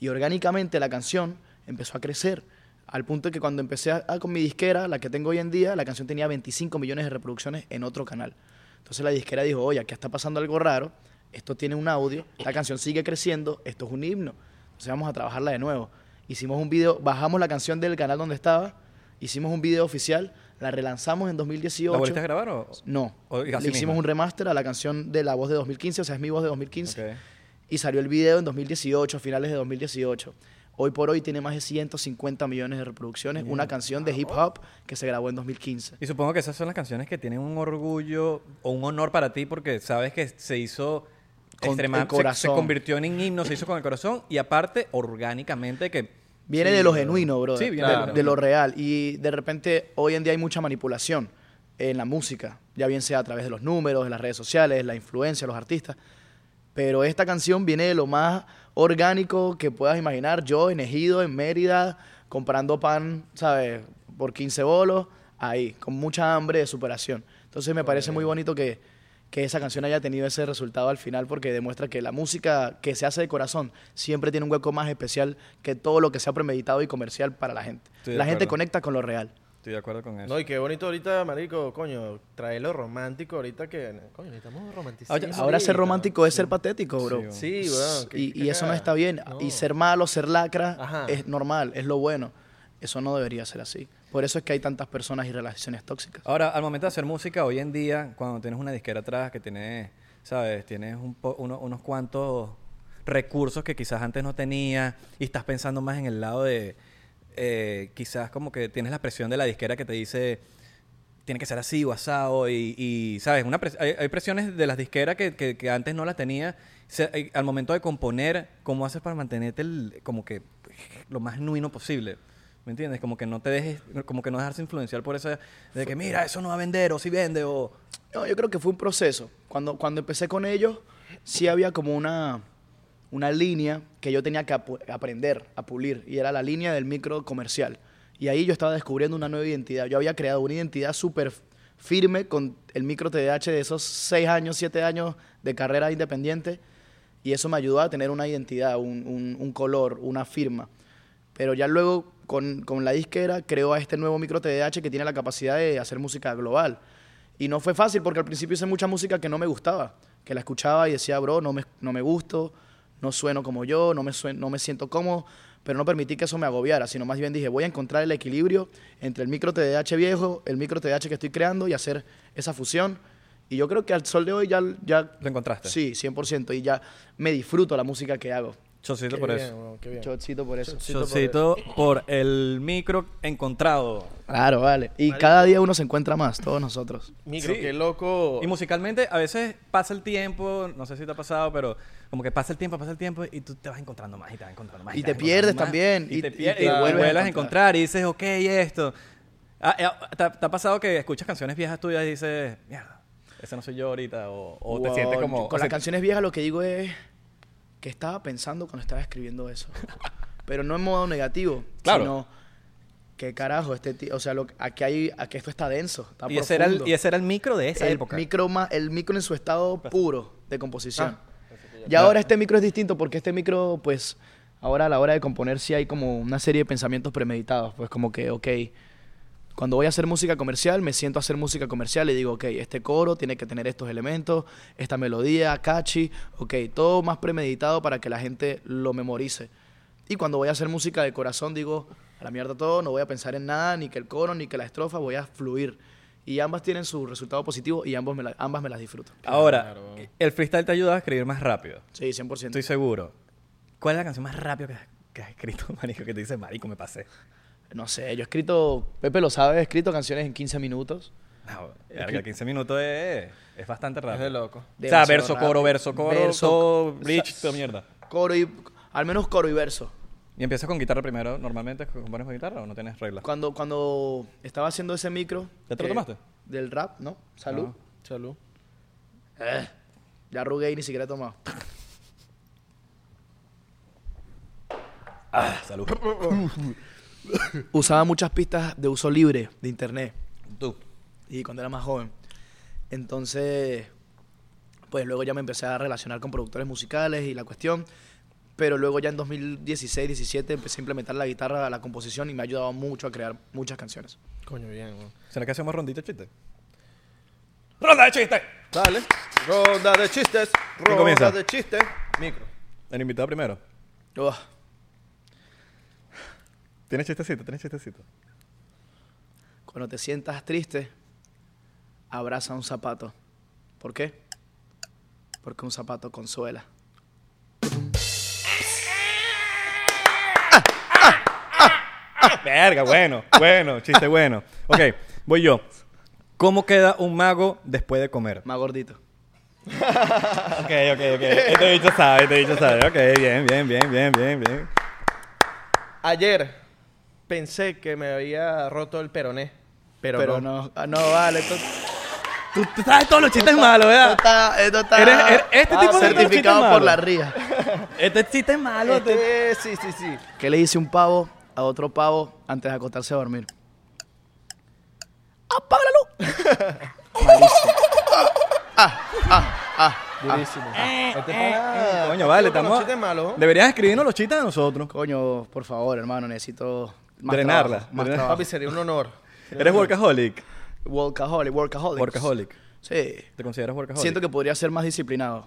y orgánicamente la canción empezó a crecer. Al punto de que cuando empecé a- a- con mi disquera, la que tengo hoy en día, la canción tenía 25 millones de reproducciones en otro canal. Entonces la disquera dijo, oye, aquí está pasando algo raro, esto tiene un audio, la canción sigue creciendo, esto es un himno, entonces vamos a trabajarla de nuevo. Hicimos un video, bajamos la canción del canal donde estaba, hicimos un video oficial, la relanzamos en 2018.
¿La volviste a grabar o...?
No,
O-
le
así
hicimos
mismo.
un remaster a la canción de la voz de 2015, o sea, es mi voz de 2015.
Ok.
Y salió el video en 2018, a finales de 2018. Hoy por hoy tiene más de 150 millones de reproducciones. Una canción de hip hop que se grabó en 2015.
Y supongo que esas son las canciones que tienen un orgullo o un honor para ti porque sabes que se hizo
Con
extrema-
el
se- Se,
corazón.
convirtió en un himno, se hizo con el corazón y aparte orgánicamente que
Viene
Sí,
de lo
bro.
genuino, brother.
Sí, viene
de,
de lo
de lo real. Y de repente, hoy en día hay mucha manipulación en la música, ya bien sea a través de los números, de las redes sociales, la influencia, los artistas. Pero esta canción viene de lo más orgánico que puedas imaginar. Yo en Ejido, en Mérida, comprando pan, ¿sabes? Por 15 bolos, ahí, con mucha hambre de superación. Entonces me parece muy bonito que, que esa canción haya tenido ese resultado al final porque demuestra que la música que se hace de corazón siempre tiene un hueco más especial que todo lo que sea premeditado y comercial para la gente.
Estoy de
La gente
acuerdo.
conecta con lo real.
estoy de acuerdo con eso.
No, y qué bonito ahorita, marico, coño, trae lo romántico ahorita que... Coño, necesitamos romanticismo.
Ahora-
Ahora ser
ahorita.
romántico es ser patético, bro.
weón.
Sí, weón. qué-
y,
qué
y eso no
cagada.
está bien.
No.
Y ser malo, ser lacra,
Ajá.
es normal, es lo bueno. Eso no debería ser así. Por eso es que hay tantas personas y relaciones tóxicas.
Ahora, al momento de hacer música, hoy en día, cuando tienes una disquera atrás, que tienes, ¿sabes? Tienes un po- uno- unos cuantos recursos que quizás antes no tenías y estás pensando más en el lado de, eh, quizás como que tienes la presión de la disquera que te dice, tiene que ser así o asado y, y, ¿sabes? Una pres- hay, hay presiones de las disqueras que, que- que antes no las tenía. Se- eh, al momento de componer, ¿cómo haces para mantenerte el- como que lo más genuino posible? ¿Me entiendes? Como que no te dejes, como que no dejarse influenciar por esa de que mira, eso no va a vender o si vende o...
No, yo creo que fue un proceso. Cuando, cuando empecé con ellos, sí había como una, una línea que yo tenía que apu- aprender a pulir. Y era la línea del micro comercial. Y ahí yo estaba descubriendo una nueva identidad. Yo había creado una identidad súper firme con el micro TDH de esos seis años, siete años de carrera independiente. Y eso me ayudó a tener una identidad, un, un- un color, una firma. Pero ya luego con, con la disquera creo a este nuevo micro TDH que tiene la capacidad de hacer música global. Y no fue fácil porque al principio hice mucha música que no me gustaba, que la escuchaba y decía, bro, no me, no me gusto, no sueno como yo, no me, suen- no me siento cómodo, pero no permití que eso me agobiara, sino más bien dije, voy a encontrar el equilibrio entre el micro TDH viejo, el micro TDH que estoy creando y hacer esa fusión. Y yo creo que al sol de hoy ya, ya
¿Lo encontraste?
Sí, 100%. Y ya me disfruto la música que hago.
Chocito
Qué
por
bien,
eso.
weón, qué bien.
Chocito por eso.
Chocito por el micro encontrado.
Claro, vale. Y cada día uno se encuentra más, todos nosotros.
Micro,
Sí.
qué loco.
Y musicalmente, a veces pasa el tiempo, no sé si te ha pasado, pero como que pasa el tiempo, pasa el tiempo y tú te vas encontrando más y te vas encontrando más.
Y
vas
te pierdes
encontrando
también,
Y,
y-
te
y
pierdes
te
y te
vuelves a
vuelves a
encontrar.
encontrar y dices, ok, esto. Ah, eh, ah, ¿te, ha- te ha pasado que escuchas canciones viejas tuyas y dices, mierda, ese no soy yo ahorita? O, o te
Wow,
sientes
yo-
como. o
Con las
sea,
canciones viejas lo que digo es que estaba pensando cuando estaba escribiendo <laughs> eso. Pero no en modo negativo,
Claro.
sino que carajo, este tío, o sea, lo, aquí hay, aquí esto está denso, está
y, ese era el,
profundo.
y ese era el micro de esa
el
época.
Micro ma- el micro en su estado puro de composición. y
Ah, ya-
ahora este micro es distinto porque este micro, pues, ahora a la hora de componer sí hay como una serie de pensamientos premeditados. Pues como que, ok, cuando voy a hacer música comercial, me siento a hacer música comercial y digo, ok, este coro tiene que tener estos elementos, esta melodía, catchy, ok, todo más premeditado para que la gente lo memorice. Y cuando voy a hacer música de corazón, digo, a la mierda todo, no voy a pensar en nada, ni que el coro, ni que la estrofa, voy a fluir. Y ambas tienen su resultado positivo y ambos me la- ambas me las disfruto.
Ahora, el freestyle te ayuda a escribir más rápido.
Sí, 100%.
Estoy seguro. ¿Cuál es la canción más rápida que, has- que has escrito, <laughs> marico? Que te dice, marico, me pasé.
No sé, yo he escrito, Pepe lo sabe, he escrito canciones en 15 minutos.
No, verga, 15 minutos es, es bastante
Es de
rápido.
loco.
o sea,
Demasiado
verso,
rápido.
coro, verso, coro,
Verso,
todo,
o sea,
bridge, toda mierda.
Coro y. Al menos coro y verso.
¿Y empiezas con guitarra primero? ¿Normalmente compones con guitarra o no tienes reglas?
Cuando, cuando estaba haciendo ese micro.
¿Ya te lo
que-
tomaste? Ah,
Del rap, ¿no? Salud.
No.
Salud.
Eh, ya arrugué y ni siquiera he tomado. <laughs>
Ah, salud.
Usaba muchas pistas de uso libre de internet.
Tú.
y cuando era más joven. Entonces, pues luego ya me empecé a relacionar con productores musicales y la cuestión, pero luego ya en 2016, 17 empecé a implementar la guitarra, la composición y me ha ayudado mucho a crear muchas canciones.
Coño, bien, weón.
¿Será que hacemos rondita de chiste? ¡Ronda de chiste!
Dale. Ronda de chistes. Ronda
comienza?
de chistes. Micro.
El invitado primero.
Ugh.
Tienes chistecito, tienes chistecito.
Cuando te sientas triste, abraza un zapato. ¿Por qué? Porque un zapato consuela.
Ah, Verga, bueno, bueno, chiste bueno. Ok, voy yo. ¿Cómo queda un mago después de comer?
Más gordito.
Ok, ok, ok. Este bicho sabe, este bicho sabe. Ok, bien, bien, bien, bien, bien, bien.
Ayer pensé que me había roto el peroné, pero,
Pero,
no.
no. ah, no, vale. Esto,
Tú, tú sabes todos los chistes malos,
esto
¿verdad?
está, esto está
Eres- eres- este
tipo de
chiste
certificado
malo.
por la ría.
Este chiste es malo. te-
Este, sí, sí, sí.
¿Qué le dice un pavo a otro pavo antes de acostarse a dormir? ¡Apaga la luz! Malísimo.
Durísimo. Este pana-
Coño, vale,
Con los
estamos.
chistes malos.
Deberías escribirnos los chistes a nosotros.
Coño, por favor, hermano, necesito más
Drenarla,
trabajo, más
drenar-
trabajo.
Papi, sería un honor.
Eres workaholic.
Workaholic, workaholic.
Workaholic.
Sí.
¿Te consideras workaholic?
Siento que podría ser más disciplinado.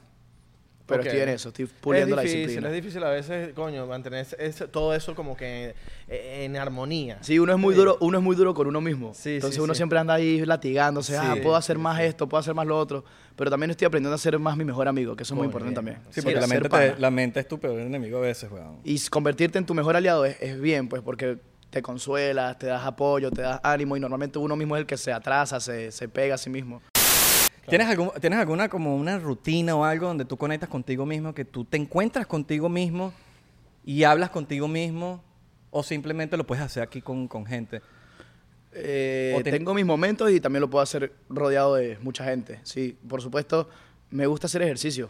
Pero
Ok.
estoy en eso, estoy puliendo
es difícil,
la disciplina.
Es difícil a veces, coño, mantener ese- ese- todo eso como que eh, en, en armonía.
Sí, uno es muy duro, uno es muy duro con uno mismo.
Eh, Sí,
Entonces
sí,
uno
sí.
siempre anda ahí latigándose, ah,
Sí,
puedo hacer más esto, puedo hacer más lo otro, pero también estoy aprendiendo a ser más mi mejor amigo, que eso es muy
Coño,
importante
bien.
también.
Sí, porque
Ser
la mente,
pana.
te- la mente es tu peor enemigo a veces, weón.
Y s- convertirte en tu mejor aliado es, es bien, pues, porque te consuelas, te das apoyo, te das ánimo y normalmente uno mismo es el que se atrasa, se, se pega a sí mismo.
¿Tienes, algún- ¿Tienes alguna como una rutina o algo donde tú conectas contigo mismo, que tú te encuentras contigo mismo y hablas contigo mismo o simplemente lo puedes hacer aquí con, con gente?
Eh,
O te-
Tengo mis momentos y también lo puedo hacer rodeado de mucha gente. Sí, por supuesto, me gusta hacer ejercicio.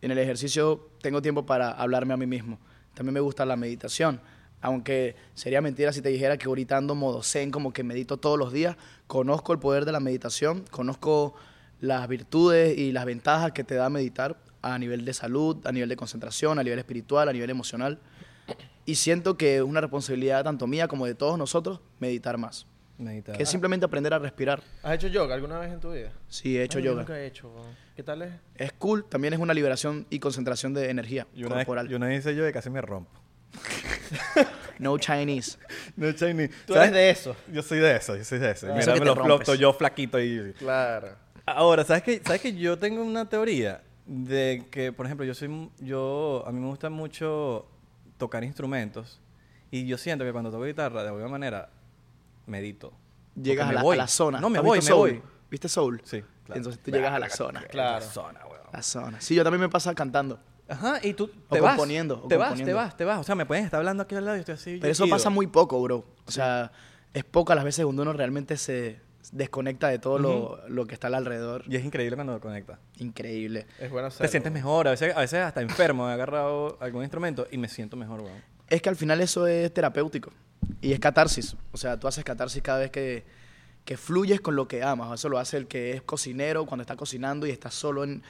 En el ejercicio tengo tiempo para hablarme a mí mismo. También me gusta la meditación. Aunque sería mentira si te dijera que ahorita ando modo zen, como que medito todos los días. Conozco el poder de la meditación, conozco las virtudes y las ventajas que te da meditar a nivel de salud, a nivel de concentración, a nivel espiritual, a nivel emocional. Y siento que es una responsabilidad tanto mía como de todos nosotros meditar más.
Meditar.
Que es simplemente aprender a respirar.
¿Has hecho yoga alguna vez en tu vida?
Sí, he hecho
Ah,
No, yo
yoga.
Nunca he hecho. weón. ¿Qué tal es?
Es cool, también es una liberación y concentración de energía
Y una, vez,
corporal.
y una vez hice yo de casi me rompo. <laughs>
No Chinese.
No, Chinese.
Tú
¿Sabes?
eres de eso.
Yo soy de eso, yo soy de eso.
Claro. Eso
Mira, me
que te
lo floto
rompes.
yo flaquito y...
Claro.
Ahora, ¿sabes qué? ¿Sabes que yo tengo una teoría de que, por ejemplo, yo soy m- yo a mí me gusta mucho tocar instrumentos y yo siento que cuando toco guitarra de alguna manera medito. Porque
Llegas a
me
la, a
voy.
la zona.
No me
¿Has
voy, me
visto Soul?
voy.
¿Viste Soul?
Sí, claro.
Entonces tú llegas a la zona.
Claro.
Zona, weón.
La zona. Sí, yo también me pasa cantando.
Ajá, y tú
O
te vas.
componiendo, o
te vas, te
componiendo.
vas, te vas. O sea, me pueden estar hablando aquí al lado y estoy así.
Pero eso
ido.
pasa muy poco, bro. O sea, es poca las veces cuando uno realmente se desconecta de todo lo, lo que está al alrededor.
y es increíble cuando lo conectas.
Increíble.
Es bueno
Te
hacerlo.
sientes mejor, a veces, a veces hasta enfermo, he agarrado algún instrumento y me siento mejor, weón.
Es que al final eso es terapéutico y es catarsis. O sea, tú haces catarsis cada vez que, que fluyes con lo que amas. Eso lo hace el que es cocinero cuando está cocinando y está solo en.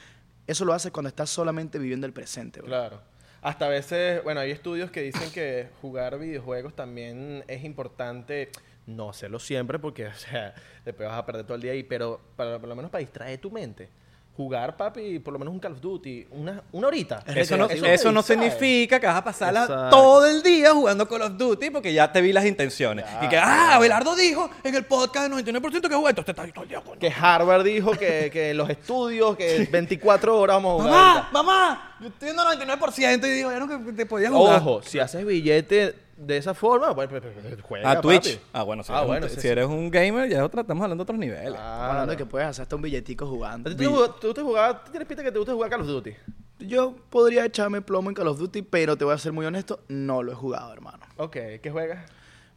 Eso lo hace cuando estás solamente viviendo el presente. bro.
Claro. Hasta a veces, bueno, hay estudios que dicen que jugar videojuegos también es importante. No hacerlo siempre porque, <laughs> o sea, después vas a perder todo el día ahí, pero para, por lo menos para distraer tu mente. Jugar, papi, por lo menos un Call of Duty, una, una horita.
Es
Eso no,
recreativo.
te
eso no
distrae.
significa que vas a pasar la-
Exacto.
todo el día jugando Call of Duty porque ya te vi las intenciones. Y que, ah, Abelardo dijo en el podcast del 99% que juega, entonces está ahí todo el día con...
Que Harvard dijo que, que los estudios, que 24 horas vamos a jugar.
Mamá, mamá, yo estoy en el 99% y digo, ya no que te podías jugar.
Ojo, si haces billete, de esa forma, bueno, pues, pues, pues, juega,
A Twitch.
papi.
Ah, bueno, si,
Ah,
eres, un,
bueno, sí,
si
sí.
eres un gamer, ya es otra, estamos hablando de otros niveles.
Estamos hablando de
Claro.
que puedes hacer hasta un billetico
¿A
jugando.
ti te jugaba- tú te jugabas, tú tienes pinta que te gusta jugar Call of Duty?
Yo podría echarme plomo en Call of Duty, pero te voy a ser muy honesto, no lo he jugado, hermano.
Ok, ¿qué juegas?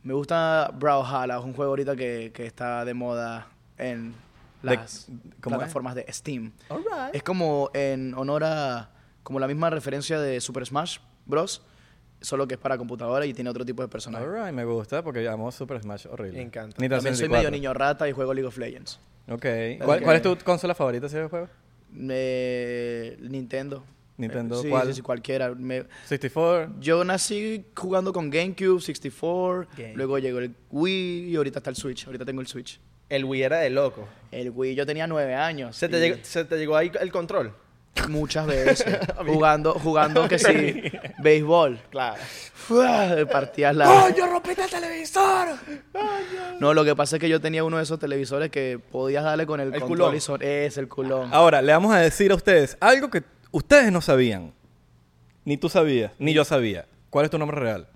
Me gusta Brawlhalla, es un juego ahorita que, que está de moda en
De-
las
¿cómo es?
plataformas de Steam.
Oh, Alright.
Es como en honor a como la misma referencia de Super Smash Bros, solo que es para computadora y tiene otro tipo de personaje.
Alright, me gusta porque amo Super Smash horrible.
Me encanta.
Nintendo
También soy medio
64.
niño rata y juego League of Legends.
Ok. ¿Cuál,
Ok.
cuál es tu consola favorita si juego?
Eh, Nintendo.
Nintendo,
Eh, sí,
¿cuál?
sí, sí, cualquiera. Me-
64.
yo nací jugando con GameCube, 64,
Game.
luego llegó el Wii y ahorita está el Switch. Ahorita tengo el Switch.
El Wii era de loco.
El Wii yo tenía nueve años.
¿Se
y-
te, llegó, se te llegó ahí el control?
Muchas veces. jugando, jugando que sí. béisbol.
<laughs> Claro.
Fuah, Partías la.
yo rompiste el televisor!
No, lo que pasa es que yo tenía uno de esos televisores que podías darle con el,
El
control
culón.
y son- Es el culón.
Ahora, le vamos a decir a ustedes algo que ustedes no sabían. Ni tú sabías, ni yo sabía. ¿Cuál es tu nombre real?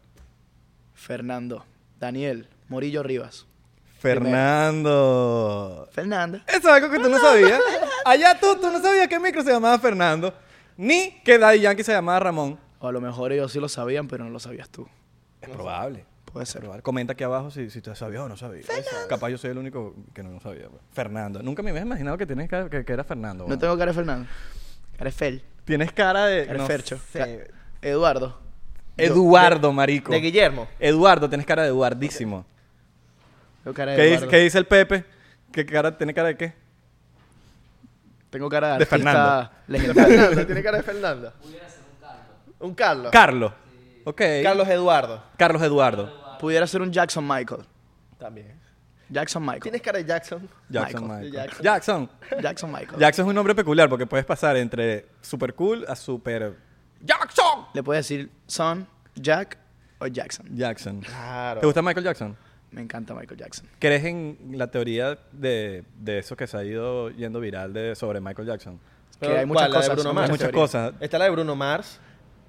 Fernando. Daniel. Morillo Rivas.
Fernando.
Fernando.
Eso es algo que tú no sabías. Allá tú, tú no sabías que micro se llamaba Fernando, ni que Daddy Yankee se llamaba Ramón.
O a lo mejor ellos sí lo sabían, pero no lo sabías tú.
Es probable.
Puede
Es
ser.
probable. Comenta aquí abajo si, si tú sabías o no sabías. Capaz yo soy el único que no lo sabía. pues. Fernando. Nunca me habías imaginado que, tienes cara- que, que era Fernando.
No
weón.
tengo cara de Fernando. Cara de Fel.
Tienes cara de...
Cara de
no
Fercho.
sé.
Ca- Eduardo.
Eduardo, marico.
De
<laughs>
Guillermo.
Eduardo, tienes cara de Eduardísimo.
Tengo cara de
¿Qué, dice,
Eduardo.
qué dice el Pepe? ¿Qué cara, ¿Tiene cara de qué?
Tengo cara de
De
artista
Fernando.
legendario.
Fernando, tiene cara de Fernando. un Carlos. Un Carlos.
Carlos. Ok.
Carlos Eduardo.
Carlos Eduardo.
Pudiera ser un Jackson Michael.
También.
Jackson Michael.
Tienes cara de Jackson.
Jackson
Michael.
Michael.
Jackson.
Jackson.
Jackson Michael.
Jackson es un nombre peculiar porque puedes pasar entre super cool a super Jackson.
Le puedes decir Son, Jack o Jackson.
Jackson.
Claro.
¿Te gusta Michael Jackson?
Me encanta Michael Jackson.
¿Crees en la teoría de, de eso que se ha ido yendo viral de, sobre Michael Jackson?
Pero,
que hay muchas
¿cuál? La de
cosas.
Bruno
son
Mars.
Hay muchas
teorías.
cosas.
Está la de Bruno Mars.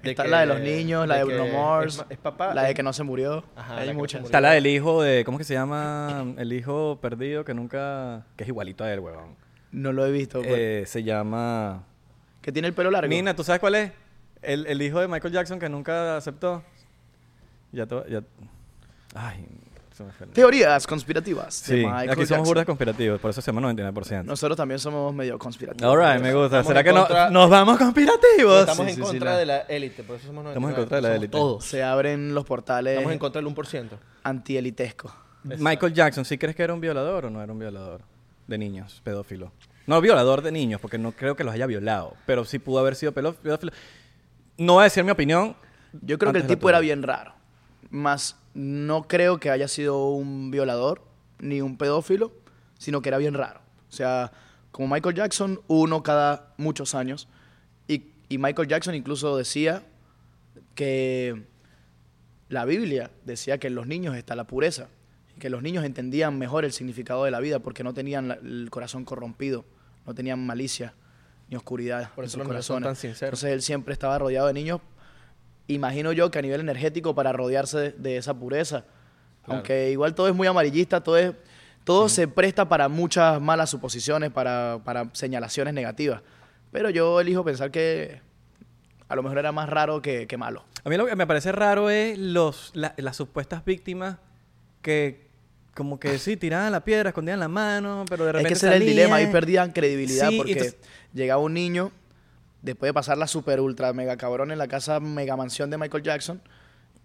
Está
que-
la de los niños, la de
que
Bruno
es
Mars,
ma- Es, papá.
la de que no se murió.
Ajá, la
hay
que no
muchas.
se
Está la del hijo de. ¿Cómo es que se llama? El hijo perdido que nunca. que es igualito a él, huevón.
No lo he visto. pues.
Eh, se llama.
que tiene el pelo largo.
Nina, ¿tú sabes cuál es? El, el hijo de Michael Jackson que nunca aceptó. Ya. to- ya ay, se me fue el-
Teorías conspirativas. de
Sí,
Michael
aquí somos
Jackson.
burdas conspirativos, por eso se llama 99%.
Nosotros también somos medio conspirativos.
All right, me gusta.
Estamos
¿Será
en
que no-
contra-
nos vamos conspirativos?
Estamos
Sí,
en
sí, sí,
contra
la-
de la élite, por eso somos
Estamos en contra de la
somos
élite.
Todos.
Se abren los portales
Estamos en contra del 1%.
antielitescos.
Michael Jackson, ¿sí crees que era un violador o no era un violador de niños, pedófilo? No, violador de niños, porque no creo que los haya violado, pero sí pudo haber sido pelo- pedófilo. No voy a decir mi opinión.
Yo creo que
antes
el
de la
tipo era
tuya.
bien raro. Más no creo que haya sido un violador ni un pedófilo, sino que era bien raro. O sea, como Michael Jackson, uno cada muchos años. Y, y Michael Jackson incluso decía que la Biblia decía que en los niños está la pureza, y que los niños entendían mejor el significado de la vida porque no tenían la- el corazón corrompido, no tenían malicia ni oscuridad
Por
en
eso
sus
los niños son
corazones.
tan sinceros.
Entonces él siempre estaba rodeado de niños, imagino yo que a nivel energético para rodearse de, de esa pureza. Aunque igual todo es muy amarillista, todo es todo se presta para muchas malas suposiciones, para, para señalaciones negativas. Pero yo elijo pensar que a lo mejor era más raro que, que malo.
A mí lo que me parece raro es los, la- las supuestas víctimas que como que sí, tiraban la piedra, escondían la mano, pero de
Es
repente
que ese era el dilema, ahí
salían.
perdían credibilidad
Sí, y
porque
entonces-
llegaba un niño, después de pasar la super ultra mega cabrón en la casa mega mansión de Michael Jackson,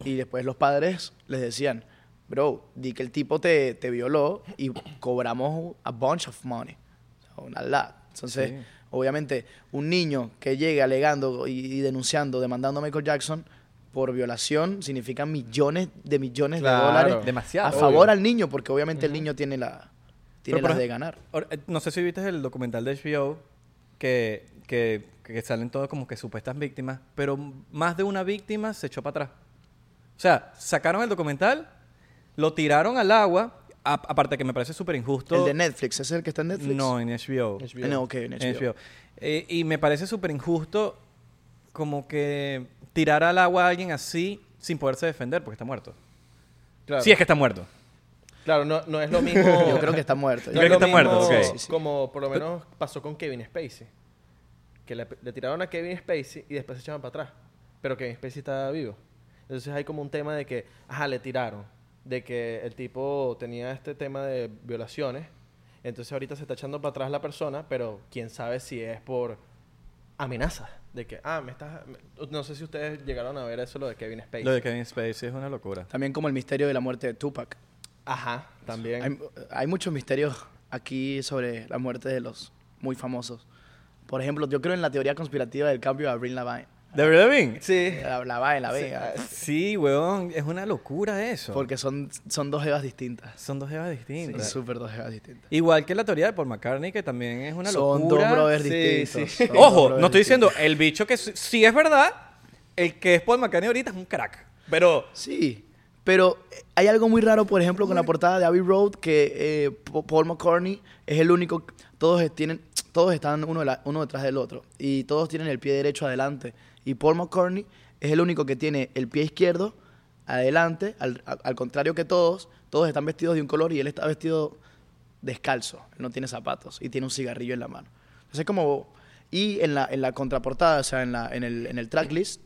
y después los padres les decían, bro, di que el tipo te, te violó y cobramos a bunch of money, o sea, una lot. Entonces,
Sí.
obviamente, un niño que llegue alegando y, y denunciando, demandando a Michael Jackson por violación, significa millones de millones
Claro.
de dólares
Demasiado,
a favor
obvio.
al niño, porque obviamente el niño tiene la...
Pero,
Tiene las
por
de
ej-
ganar.
Ahora, eh, No sé si viste el documental de HBO que, que, que salen todos como que supuestas víctimas, pero más de una víctima se echó para atrás. O sea, sacaron el documental, lo tiraron al agua, a- aparte que me parece súper injusto.
El de Netflix, ¿ese es el que está en Netflix?
No, en HBO.
Ah, no, ok, en
En
HBO.
HBO. Eh, y me parece súper injusto como que tirar al agua a alguien así sin poderse defender porque está muerto.
Claro,
Si es que está muerto.
claro no, no
<laughs>
es lo mismo.
Yo creo que está muerto.
no
Yo creo
es
que está
lo
muerto,
mismo
ok.
Sí, sí.
Como por lo menos pasó con Kevin Spacey. Que le, le tiraron a Kevin Spacey y después se echaron para atrás. Pero Kevin Spacey está vivo. Entonces hay como un tema de que, ajá, le tiraron. De que el tipo tenía este tema de violaciones. Entonces ahorita se está echando para atrás la persona, pero quién sabe si es por amenazas. De que, ah, me estás. me- No sé si ustedes llegaron a ver eso, lo de Kevin Spacey.
Lo de Kevin Spacey es una locura.
También como el misterio de la muerte de Tupac.
Ajá, también.
Hay, hay muchos misterios aquí sobre la muerte de los muy famosos. Por ejemplo, yo creo en la teoría conspirativa del cambio de Avril Lavigne.
¿De Brevin?
Sí.
La Lavigne, la
ah,
vega.
Sí, weón. Es una locura eso.
Porque son, son dos evas distintas.
son dos evas
Son
distintas.
súper dos evas distintas.
Igual que la teoría de Paul McCartney, que también es una
Son
locura.
dos brothers
Sí,
distintos.
sí.
son dos
Ojo,
brothers
no estoy
distintos.
diciendo el bicho que sí sí es verdad, el que es Paul McCartney ahorita es un crack. Pero
Sí, pero eh, hay algo muy raro, por ejemplo, con la portada de Abbey Road, que eh, Pa- Paul McCartney es el único, todos tienen, todos están uno, de la- uno detrás del otro y todos tienen el pie derecho adelante y Paul McCartney es el único que tiene el pie izquierdo adelante, al, a- al contrario que todos, todos están vestidos de un color y él está vestido descalzo, él no tiene zapatos y tiene un cigarrillo en la mano. Entonces es como y en la, en la contraportada, o sea, en, la, en el, en el tracklist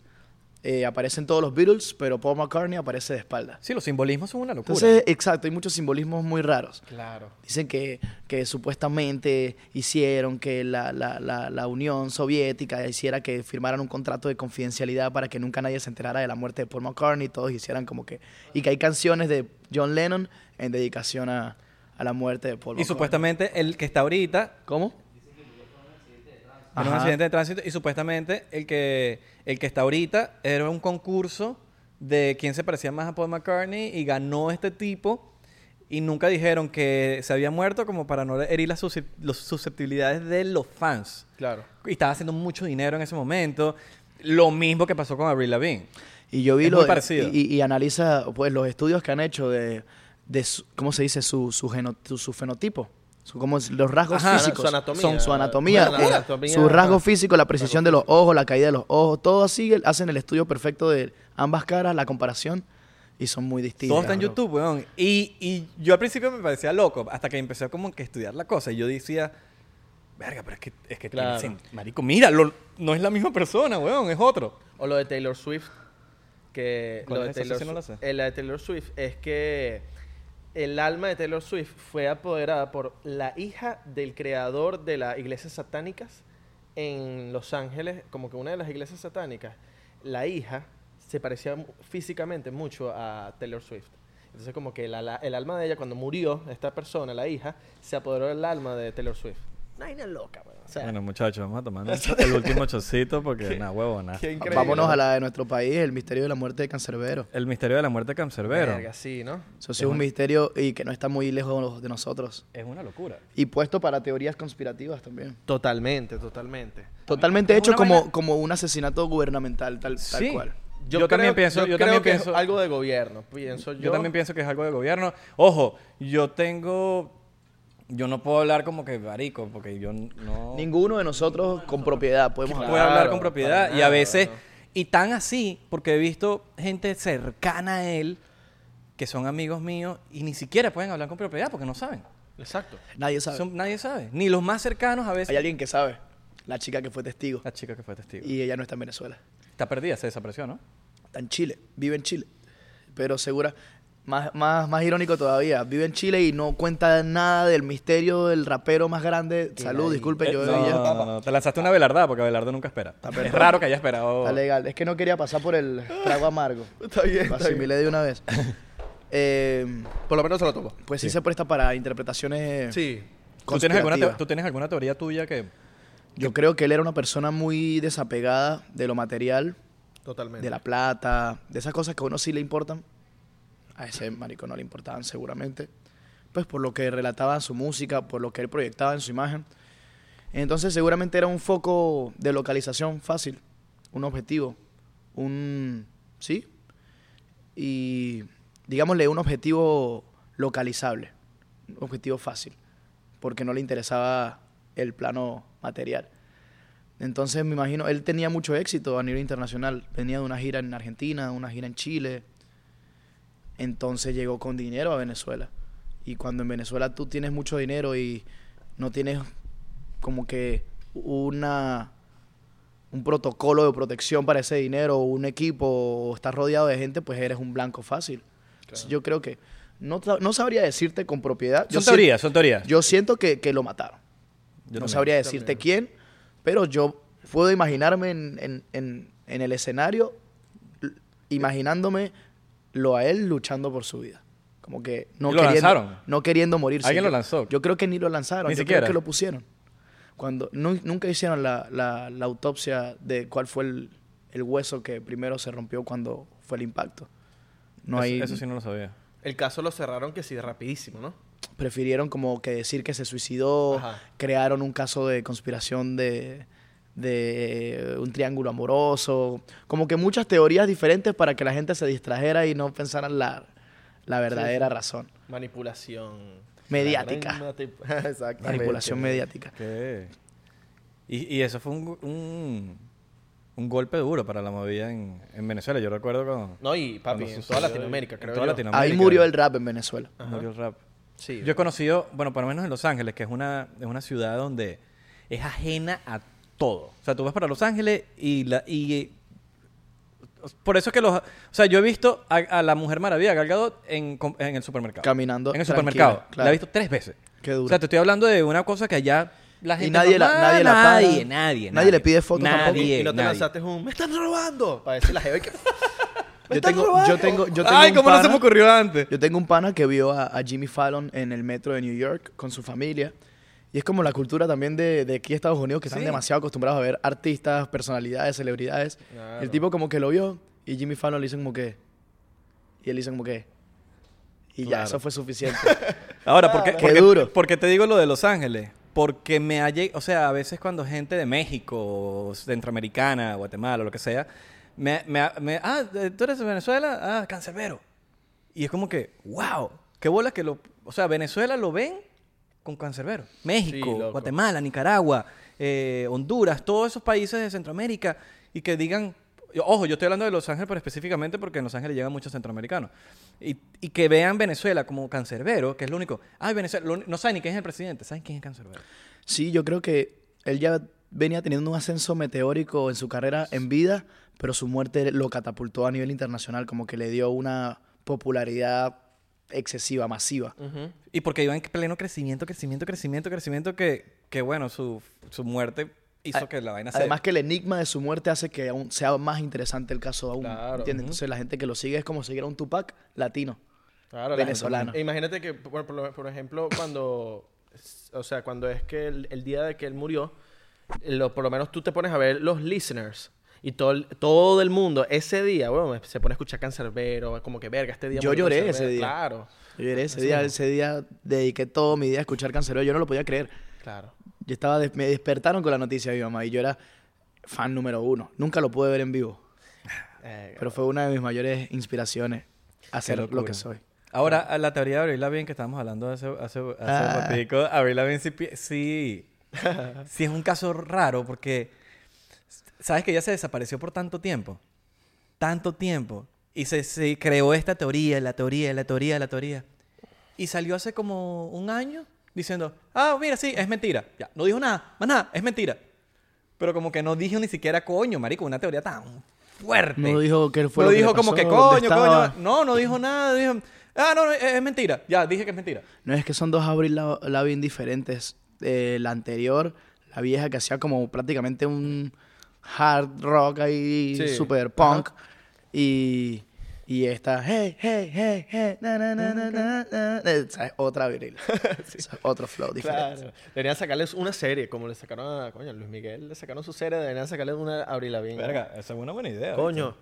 eh, aparecen todos los Beatles, pero Paul McCartney aparece de espalda.
sí, los simbolismos son una locura.
Entonces, exacto, hay muchos simbolismos muy raros.
Claro.
Dicen que, que supuestamente hicieron que la, la- la- la Unión Soviética hiciera que firmaran un contrato de confidencialidad para que nunca nadie se enterara de la muerte de Paul McCartney. Todos hicieran como que... Y que hay canciones de John Lennon en dedicación a, a la muerte de
y
Paul McCartney.
supuestamente el que está ahorita
¿Cómo?
en un
Ajá.
accidente de tránsito y supuestamente el que el que está ahorita era un concurso de quién se parecía más a Paul McCartney y ganó este tipo y nunca dijeron que se había muerto como para no herir las suscep- los susceptibilidades de los fans.
Claro.
Y estaba haciendo mucho dinero en ese momento. Lo mismo que pasó con Avril Lavigne.
Y yo vi
Es
lo
muy
de-
parecido.
Y, y analiza pues los estudios que han hecho de, de su- ¿cómo se dice? Su, su, geno- su- su fenotipo. Su, como es- los rasgos
Ajá,
físicos.
su anatomía.
Son su anatomía. eh,
Bueno, la anatomía,
su rasgo
ajá.
físico, la precisión de los ojos, la caída de los ojos. Todo así el- hacen el estudio perfecto de ambas caras, la comparación. Y son muy distintas.
Todo está en YouTube, weón. Y, y yo al principio me parecía loco, hasta que empecé como que a estudiar la cosa. Y yo decía, verga, pero es que, es que tiene
Claro.
sen- marico, mira, lo- no es la misma persona, weón, es otro.
O lo de Taylor Swift. Que
¿Cuál
lo de
es esa?
Taylor
Sí, no la
Swi-
sé.
eh, la de Taylor Swift es que el alma de Taylor Swift fue apoderada por la hija del creador de las iglesias satánicas en Los Ángeles, como que una de las iglesias satánicas. La hija se parecía mu- físicamente mucho a Taylor Swift. Entonces como que la- la- el alma de ella cuando murió, esta persona, la hija, se apoderó del alma de Taylor Swift. Una vaina loca, weón. O sea,
Bueno, muchachos, vamos a tomar <laughs> nuestro- el último chocito porque, nada, huevona.
qué increíble.
Vámonos a la de nuestro país, el misterio de la muerte de Cancerbero.
El misterio de la muerte de Cancerbero.
Verga, sí, ¿no?
Eso sí es un misterio y que no está muy lejos de nosotros.
Es una locura.
Y puesto para teorías conspirativas también.
Totalmente, totalmente.
Totalmente
Es
hecho
una
como,
vaina-
como un asesinato gubernamental, tal, tal
Sí.
cual.
Yo, también pienso, yo,
creo
también
que es
pienso,
algo de gobierno, pienso yo.
yo también pienso que es algo de gobierno. Ojo, yo tengo, yo no puedo hablar como que marico, porque yo no...
Ninguno de nosotros con propiedad podemos
puede
hablar.
hablar
Claro,
con
para
propiedad y
nada,
a veces
¿no?
y tan así porque he visto gente cercana a él que son amigos míos y ni siquiera pueden hablar con propiedad porque no saben.
Exacto.
Nadie sabe.
Son- nadie sabe, ni los más cercanos a
Hay
veces.
alguien que sabe. La chica que fue testigo.
La chica que fue testigo.
Y ella no está en Venezuela.
Está perdida, se desapareció, ¿no?
Está en Chile. Vive en Chile. Pero segura. Más, más, más irónico todavía. Vive en Chile y no cuenta nada del misterio del rapero más grande. Salud, disculpe,
Eh,
yo
no,
ella-
no, no, no, Te lanzaste una velardada porque Velardo nunca espera. Es raro que haya esperado.
Está legal. Es que no quería pasar por el
<laughs>
trago amargo.
Está bien.
Lo asimilé de una vez. Eh,
Por lo menos se lo tomo.
pues sí. se presta para interpretaciones.
Sí.
¿Tú tienes, alguna te-
conspirativas.
¿Tú tienes alguna teoría tuya que
Yo creo que él era una persona muy desapegada de lo material,
Totalmente.
de la plata, de esas cosas que a uno sí le importan. A ese marico no le importaban seguramente. Pues por lo que relataba en su música, por lo que él proyectaba en su imagen. Entonces seguramente era un foco de localización fácil, un objetivo, un... ¿Sí? Y digámosle un objetivo localizable, un objetivo fácil, porque no le interesaba el plano material. Entonces me imagino, él tenía mucho éxito a nivel internacional. Venía de una gira en Argentina, de una gira en Chile. Entonces llegó con dinero a Venezuela. Y cuando en Venezuela tú tienes mucho dinero y no tienes como que una un protocolo de protección para ese dinero, o un equipo, o estás rodeado de gente, pues eres un blanco fácil. Entonces, Yo creo que no, tra- no sabría decirte con propiedad. Yo
Son
sien-
teorías, son teorías.
<laughs> Yo siento que, que lo mataron.
Yo
no
también.
sabría decirte quién, pero yo puedo imaginarme en, en- en- en el escenario, l- imaginándome lo a él luchando por su vida. Como que no,
¿Y lo
queriendo,
lanzaron?
no queriendo morirse.
¿Alguien lo
Yo-
lanzó?
Yo creo que ni lo lanzaron.
Ni
yo
siquiera.
creo que lo pusieron. Cuando nu- nunca hicieron la, la- la autopsia de cuál fue el, el hueso que primero se rompió cuando fue el impacto. No
eso,
hay,
eso sí no lo sabía.
El caso lo cerraron que sí, rapidísimo, ¿no?
prefirieron como que decir que se suicidó,
Ajá.
crearon un caso de conspiración de, de un triángulo amoroso, como que muchas teorías diferentes para que la gente se distrajera y no pensaran la, la verdadera razón.
Manipulación.
Mediática.
La gran matip- Exactamente.
Manipulación mediática.
¿Qué? Y, y eso fue un, un, un golpe duro para la movida en, en Venezuela. Yo recuerdo cuando...
<laughs> No, y papi,
Cuando
en
sucedió
toda
y-
Latinoamérica,
en
creo
toda
yo.
Latinoamérica.
Ahí murió el rap en Venezuela.
Murió el rap.
Sí.
Yo he conocido, bueno, por lo menos en Los Ángeles, que es una, es una ciudad donde es ajena a todo. O sea, tú vas para Los Ángeles y... La, y por eso es que los... O sea, yo he visto a, a la Mujer Maravilla, Gal Gadot, en, com- en el supermercado.
Caminando
En el
tranquila,
supermercado.
claro.
La he visto tres veces.
Qué duro.
O sea, te estoy hablando de una cosa que allá la gente...
Y nadie la-
normal,
nadie la para.
Nadie, nadie.
Nadie le pide fotos
nadie,
tampoco.
Y no te
nadie.
lanzaste un, me están robando. Para decir la jeva que... <laughs>
Yo tengo, yo tengo, yo tengo
Ay,
un
cómo no se
pana-
me ocurrió antes.
Yo tengo un pana que vio a, a Jimmy Fallon en el metro de New York con su familia. Y es como la cultura también de, de aquí de Estados Unidos, que están
Sí.
demasiado acostumbrados a ver artistas, personalidades, celebridades.
Claro.
El tipo como que lo vio y Jimmy Fallon le hizo como que... Y él hizo como que... Y ya,
Claro.
eso fue suficiente. <laughs>
Ahora, ¿por qué,
Qué
por qué-
duro.
por qué te digo lo de Los Ángeles? Porque me ha lleg- o sea, a veces cuando gente de México, o centroamericana, Guatemala, o lo que sea, me, me, ha- me- ah, eh, tú eres de Venezuela, ah, cancerbero. Y es como que, wow, qué bola que lo, o sea, Venezuela lo ven con cancerbero.
Sí,
México,
loco.
Guatemala, Nicaragua, eh, Honduras, todos esos países de Centroamérica y que digan, ojo, yo estoy hablando de Los Ángeles, pero específicamente porque en Los Ángeles llegan muchos centroamericanos. Y, y que vean Venezuela como cancerbero, que es lo único. Ay, Venezuela, lo uni- no saben ni quién es el presidente, saben quién es cancerbero.
Sí, yo creo que él ya venía teniendo un ascenso meteórico en su carrera en vida, pero su muerte lo catapultó a nivel internacional, como que le dio una popularidad excesiva, masiva.
Y porque iban en pleno crecimiento, crecimiento, crecimiento, crecimiento, que, que bueno, su, su muerte hizo
Ah,
A-
que la vaina se...
Además que el enigma de su muerte hace que aún sea más interesante el caso aún.
Claro.
¿entiendes? Entonces la gente que lo sigue es como seguir a un Tupac latino.
Claro,
Venezolano.
E imagínate que, por, por- por ejemplo, cuando... O sea, cuando es que el, el día de que él murió, lo- por lo menos tú te pones a ver los listeners. Y todo el, todo el mundo, ese día, bueno, se pone a escuchar Cancerbero, como que verga, este día.
Yo
murió
lloré
Canserbero".
ese día.
Claro,
Yo diré, ese día, ese día dediqué todo mi día a escuchar Cancerbero. Yo no lo podía creer.
claro.
Yo estaba des- me despertaron con la noticia de mi mamá y yo era fan número uno. Nunca lo pude ver en vivo,
Eh,
pero fue una de mis mayores inspiraciones hacer lo
locura.
que soy.
Ahora, a la teoría de Avril Lavigne que estábamos hablando hace, hace, hace
Ah.
ratico, Avril Lavigne sí, pi-
<laughs>
sí, sí es un caso raro porque sabes que ella se desapareció por tanto tiempo, tanto tiempo, y se, se creó esta teoría, la teoría, la teoría, la teoría, y salió hace como un año diciendo, ah, mira, sí, es mentira, ya, no dijo nada, más nada, es mentira, pero como que no dijo ni siquiera, coño, marico, una teoría tan fuerte.
No dijo qué fue
No
lo que
dijo
le
como
pasó,
que
dónde
coño,
estaba".
coño. No, no dijo nada. Dijo, ah, no, no, es, es mentira. Ya, dije que es mentira.
No es que son dos Avril La- Lavigne diferentes. Eh, la anterior, la vieja que hacía como prácticamente un hard rock ahí,
Sí.
super punk. Y, y esta, hey, hey, hey, hey, na, na, na, na, na, na. Esa es otra Avril. Esa es otro flow diferente.
Claro. Deberían sacarles una serie, como le sacaron a coño, Luis Miguel, le sacaron su serie, deberían sacarle una a Avril Lavigne.
esa es una buena idea.
Coño.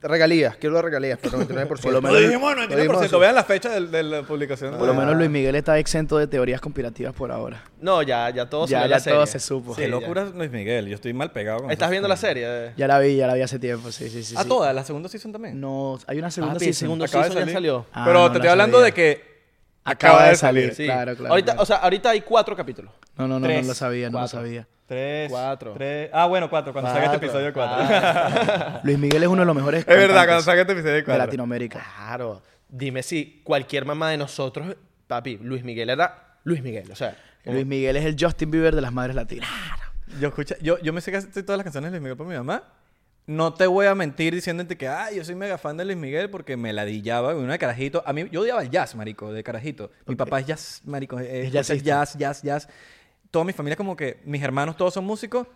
Regalías, quiero las regalías, pero 99%.
Por
Lo
lo menos-
dijimos al
Lo dijimos
99%.
así.
Vean la fecha del- de la publicación.
Por lo menos Luis Miguel está exento de teorías conspirativas por ahora.
No, ya, ya todo
Ya-
se ve
ya
la serie.
todo se supo.
Qué
ya.
locura Luis Miguel. Yo estoy mal pegado con
¿Estás
esas
viendo la
cosas.
serie?
Ya la vi, ya la vi hace tiempo, sí, sí, sí.
¿A
sí.
todas? ¿La segunda season también?
No, hay una segunda
Papi,
season.
segundo
Acaba de
season ya
salir.
salió.
Ah,
Pero
no
te
la
estoy hablando
sabía.
de que
Acaba de salir, claro, claro,
ahorita,
claro.
O sea, ahorita hay cuatro capítulos.
No, no, no,
Tres,
no lo sabía, no lo
cuatro.
sabía.
Tres.
Cuatro.
Tres. Ah, bueno, cuatro. Cuando saque este
Cuatro.
episodio, cuatro.
Luis Miguel es uno de los
<laughs>
mejores.
es verdad, cuando
cantantes
saque este episodio,
Ah. de
cuatro.
Latinoamérica.
Claro. Dime si cualquier mamá de nosotros, papi, Luis Miguel era Luis Miguel. O sea, como-
Luis Miguel es el Justin Bieber de las madres latinas.
Yo, escucha, yo, yo me sé casi todas las canciones de Luis Miguel por mi mamá. No te voy a mentir diciéndote que, ay, yo soy mega fan de Luis Miguel porque me ladillaba con una de carajito. A mí, yo odiaba el jazz, marico, de carajito. Mi papá es jazz, marico. eh,
Es
escucha
jazzista.
jazz, jazz, jazz. Toda mi familia como que, mis hermanos todos son músicos.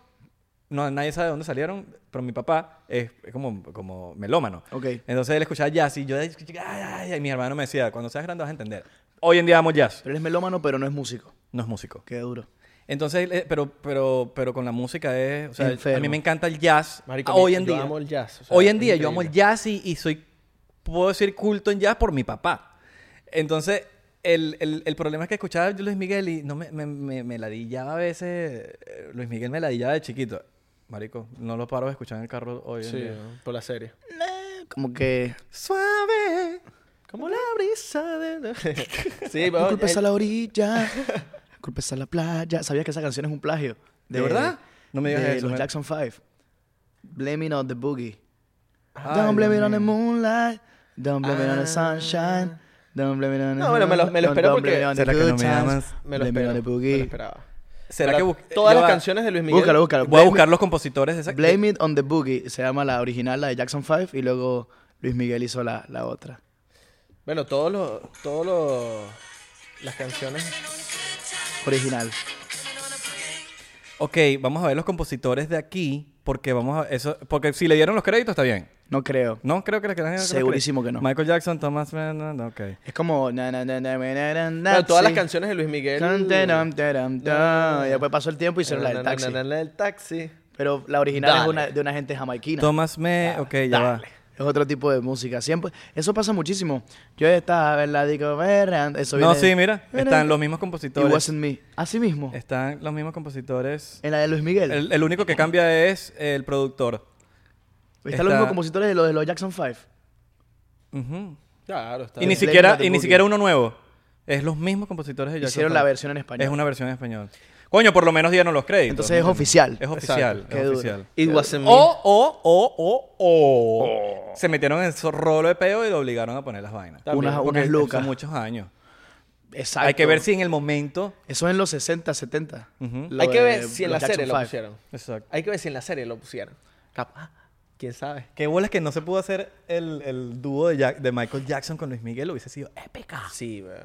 No, nadie sabe de dónde salieron, pero mi papá es, es como, como melómano.
Ok.
Entonces él escuchaba jazz y yo, ay, ay, ay, y mi hermano me decía, cuando seas grande vas a entender. Hoy en día amo jazz.
Pero él es melómano, pero no es músico.
No es músico.
Qué duro.
Entonces, eh, pero, pero, pero con la música es. O sea,
Enfermo.
a mí me encanta el jazz.
marico,
Ah, hoy
mi-
en
yo
día.
amo el jazz. o sea,
hoy en día
increíble.
yo amo el jazz y, y soy. Puedo decir culto en jazz por mi papá. Entonces, el, el- el problema es que escuchaba yo Luis Miguel y no me, me, me- me ladillaba a veces. eh, Luis Miguel me ladillaba de chiquito. Marico, no lo paro de escuchar en el carro hoy en
Sí,
día.
por la serie.
Como que.
Suave.
Como la brisa de... <laughs> sí,
No
bueno,
culpes
el-
a la orilla, no culpes a la playa. ¿Sabías que esa canción es un plagio?
¿De verdad? No me digas
de
eso. eh.
Los
man.
Jackson 5. Blame it on the boogie.
Ay,
Don't blame
Dios
it on the
mío.
moonlight. Don't blame it on the
Ah.
sunshine. Don't blame it on the
No, bueno, me lo- me lo
don't-
espero
don't blame
porque-
it on the
¿Será que no
good
me
times,
amas?
Me lo
blame it
espero.
on the
me lo
boogie.
esperaba.
¿Será
Pero
que busqué-
Todas
ya
las
va.
canciones de Luis Miguel...
Búscalo, búscalo.
Voy a
Blame-
buscar los compositores de esa.
eh,
Blame it on the boogie. Se llama la original, la de Jackson 5. Y luego Luis Miguel hizo la, la otra.
Bueno, todos los... Todos los... Las canciones...
Original.
Ok, vamos a ver los compositores de aquí, porque vamos a eso, porque si le dieron los créditos está bien.
No creo.
No creo que le quedan.
Segurísimo que no.
Michael Jackson, Thomas Brennan, ok.
Es como. na, na, na, na, na, na, na,
Bueno, todas las
sí.
canciones de Luis Miguel...
Tan, taram, taram, tan. Y después pasó el
Pues
tiempo y hicieron la del taxi.
Na, na, na, na, el taxi.
Pero la original es
Dale.
una, de una gente jamaiquina.
Thomas Me, ok, ya va.
Es otro tipo de música. Siempre, eso pasa muchísimo. Yo estaba en la disco, berreando, eso
No,
viene-
sí, mira, están los mismos
It
compositores.
wasn't me. Así mismo.
Están los mismos compositores.
En la de Luis Miguel.
El, el único que cambia es el productor.
Están
está-
los mismos compositores de los de los Jackson 5.
Ujú.
Claro, está
Y ni
bien.
Blame
siquiera
Not the
y ni
Boogie.
siquiera uno nuevo. Es los mismos compositores de Jackson.
Hicieron la
Five.
versión en español.
Es una versión en español. Coño, por lo menos dieron los créditos.
Entonces
¿me
es
entiendes?
oficial.
Es oficial,
Exacto. Qué
es
duro.
oficial.
It wasn't me.
O, o, o, o, o. Se metieron en su rolo de peo y lo obligaron a poner las vainas.
También,
unas
Porque
unas lucas.
Son muchos años.
Exacto.
Hay que ver si en el momento.
Eso en los 60, 70.
Ujú.
Lo
Hay que
de
ver si en la
los
serie
Jackson
lo
Five.
pusieron.
Exacto.
Hay que ver si en la serie lo pusieron. Capaz. ¿Quién sabe?
Qué bolas que no se pudo hacer el, el dúo de, Jack- de Michael Jackson con Luis Miguel. Hubiese sido épica.
Sí, weón.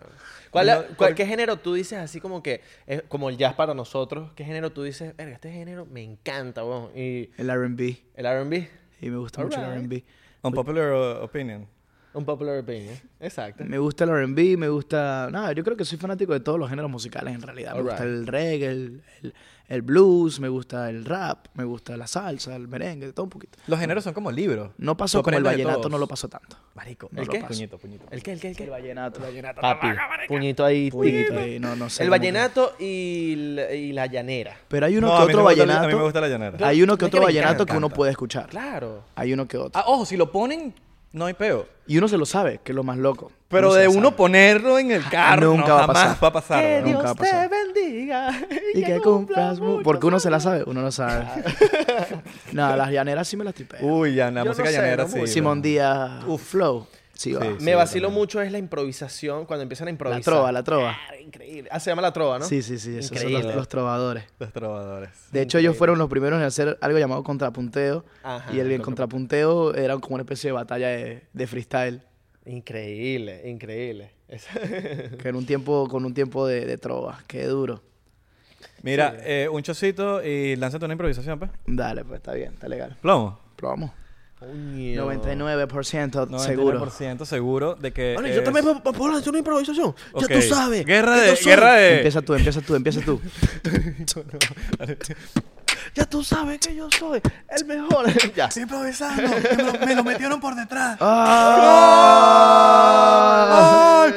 ¿Cuál,
No,
cuál-
por-
¿Qué género tú dices así como que, es como el jazz para nosotros? ¿Qué género tú dices, verga, este género me encanta, weón? Y
El RB.
el RB,
Y me gusta mucho el
Alright.
RB.
Unpopular uh, opinion.
un popular opinion. Exacto.
Me gusta el R&B, me gusta... Nada, yo creo que soy fanático de todos los géneros musicales en realidad. Me gusta
Alright.
el reggae, el, el- el blues, me gusta el rap, me gusta la salsa, el merengue, de todo un poquito.
Los géneros son como libros.
No pasó
Tú
como el
aprendes de
vallenato,
todos.
no lo pasó tanto.
Marico,
No
¿el
lo
qué?
paso.
Puñito, puñito.
¿El qué, el qué, el
El
qué?
vallenato. El vallenato.
Papi, puñito ahí, puñito.
no, no sé.
El
como
vallenato y, la- y la llanera.
que- Pero hay uno
No,
que
a mí
otro
no me gusta el-
vallenato...
a mí me gusta la llanera.
Hay uno que
Es que
otro
me
vallenato
encanta.
que uno puede escuchar.
Claro.
Hay uno que otro.
Ah, ojo, si lo ponen, no hay peo.
Y uno se lo sabe, que es lo más loco.
Pero
se
de
lo
uno
sabe.
ponerlo en el carro.
Ah, Nunca
no,
va a
jamás
pasar.
va a pasar.
que
weón.
nunca
Dios
va a
te
pasar. <laughs>
bendiga.
Y que cumplas mucho. Porque uno se la sabe, uno no sabe. <laughs> no, las llaneras sí me las tripeo.
Uy, ya, la
Yo no
música
sé,
llanera
no
sí.
mucho.
weón.
Simón Díaz, Flow. Sí, va.
Sí.
Me vacilo
también.
mucho es la improvisación, cuando empiezan a improvisar.
La trova, la trova.
Claro, Increíble. Ah, se llama la trova, ¿no?
Sí, sí, sí, esos son
Increíble.
los, los trovadores.
Los trovadores.
De hecho, ellos fueron los primeros en hacer algo llamado contrapunteo.
Ajá,
y el,
el
contrapunteo era como una especie de batalla de, de freestyle.
Increíble, increíble. Es- <laughs>
Que en un tiempo, con un tiempo de, de trova. Qué duro.
Mira, eh, un chocito y lánzate una improvisación, pues.
Dale, pues está bien, está legal.
Plomo.
Plomo.
Coño.
99%
99%
seguro.
seguro de que.
Bueno,
es-
yo también puedo- puedo hacer una improvisación.
Ok.
Ya tú sabes.
Guerra
ya
de.
tú sabes,
Guerra de.
Empieza tú, empieza tú, empieza tú.
Ya tú sabes que yo soy <laughs> el mejor. <laughs> ya.
improvisando. Me lo,
Ah.
metieron por detrás.
¡Ah!
¡Ay!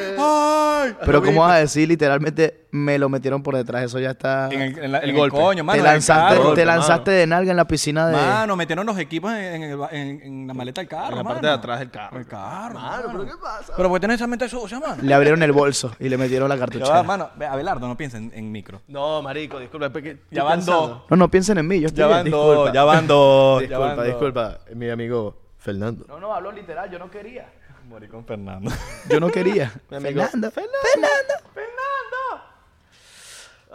Pero Pero ¿cómo vas a decir literalmente me lo metieron por detrás? Eso ya está...
En el, en la- en
El
el
golpe.
coño, mano.
te
en el
lanzaste,
carro.
te
Golpe,
lanzaste
mano.
de nalga en la piscina de...
Mano, metieron los equipos en, en el ba- en- en la maleta del carro.
En la parte
mano.
de atrás del carro.
El carro.
Mano,
mano.
¿pero qué pasa?
Pero ¿por qué tienes esa mente sucia, mano?
Le abrieron el bolso y le metieron la
Ya va,
cartuchera.
mano, ve, Abelardo, no piensa en, en micro.
No, marico, disculpa. es porque estoy
Ya van
pensando.
dos.
No, no piensen en mí, yo estoy
Ya
bien,
van
disculpa.
dos, ya van dos. ya van
Disculpa,
dos.
disculpa, mi amigo Fernando.
No, no, hablo literal, yo no quería.
Morí con Fernando.
Yo no
<laughs>
quería.
Mi amigo-
Fernando, Fernando.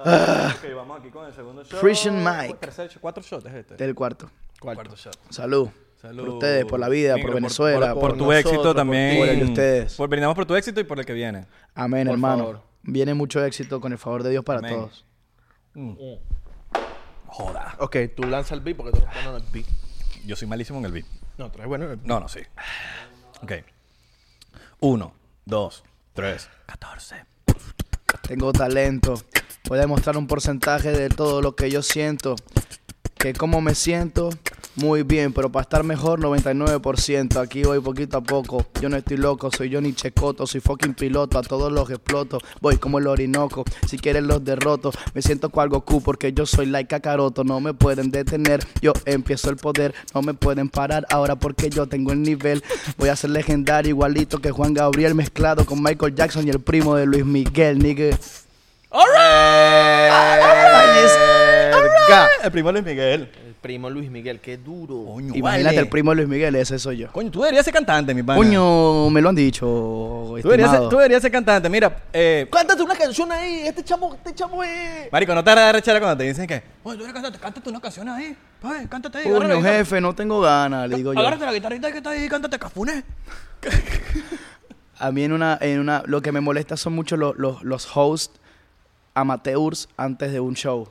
Ah, ok, vamos aquí con el segundo shot.
Frisian Mike.
Tercer shot, cuatro shots es este.
Del cuarto.
Cuarto shot.
Salud.
Salud.
Por ustedes, por la vida,
Negro,
por Venezuela.
Por,
Por,
tu
nosotros,
éxito
por
también.
ti.
Por el de ustedes.
Por, brindamos por tu éxito y por el que viene.
Amén,
Por
hermano.
favor.
Viene mucho éxito con el favor de Dios para
Amén.
todos.
Joda.
Ok, tú lanza el beat porque tú eres bueno en el beat.
Yo soy malísimo en el beat.
No, tú eres bueno en el beat.
No, no, sí. Ok. Uno, dos, tres, catorce.
Tengo talento. Voy a demostrar un porcentaje de todo lo que yo siento. Que como me siento, muy bien, pero para estar mejor 99%. Aquí voy poquito a poco. Yo no estoy loco, soy Johnny Checoto, soy fucking piloto, a todos los exploto. Voy como el Orinoco, si quieren los derroto. Me siento cual Goku porque yo soy like Kakaroto, no me pueden detener. Yo empiezo el poder, no me pueden parar ahora porque yo tengo el nivel. Voy a ser legendario igualito que Juan Gabriel mezclado con Michael Jackson y el primo de Luis Miguel, nigga.
¡Verga! El primo Luis Miguel.
El primo Luis Miguel, qué duro.
Coño,
Imagínate
vale.
el primo de Luis Miguel, ese soy yo.
Coño, tú deberías ser cantante, mi pana.
Coño, me lo han dicho.
Tú deberías, ser,
estimado.
tú deberías ser cantante. Mira, eh,
Cántate una canción ahí, este chamo, este chamo es...
Marico, no te harás de rechera cuando te dicen que, oye, tú eres cantante, cántate una canción ahí. Pues, cántate ahí. agarra la
Coño,
guitarra-
jefe, no tengo ganas, le digo yo.
Agárrate la guitarrita que está ahí, cántate Cafuné.
A mí en una, en una, lo que me molesta son mucho los, los, los hosts amateurs antes de un show.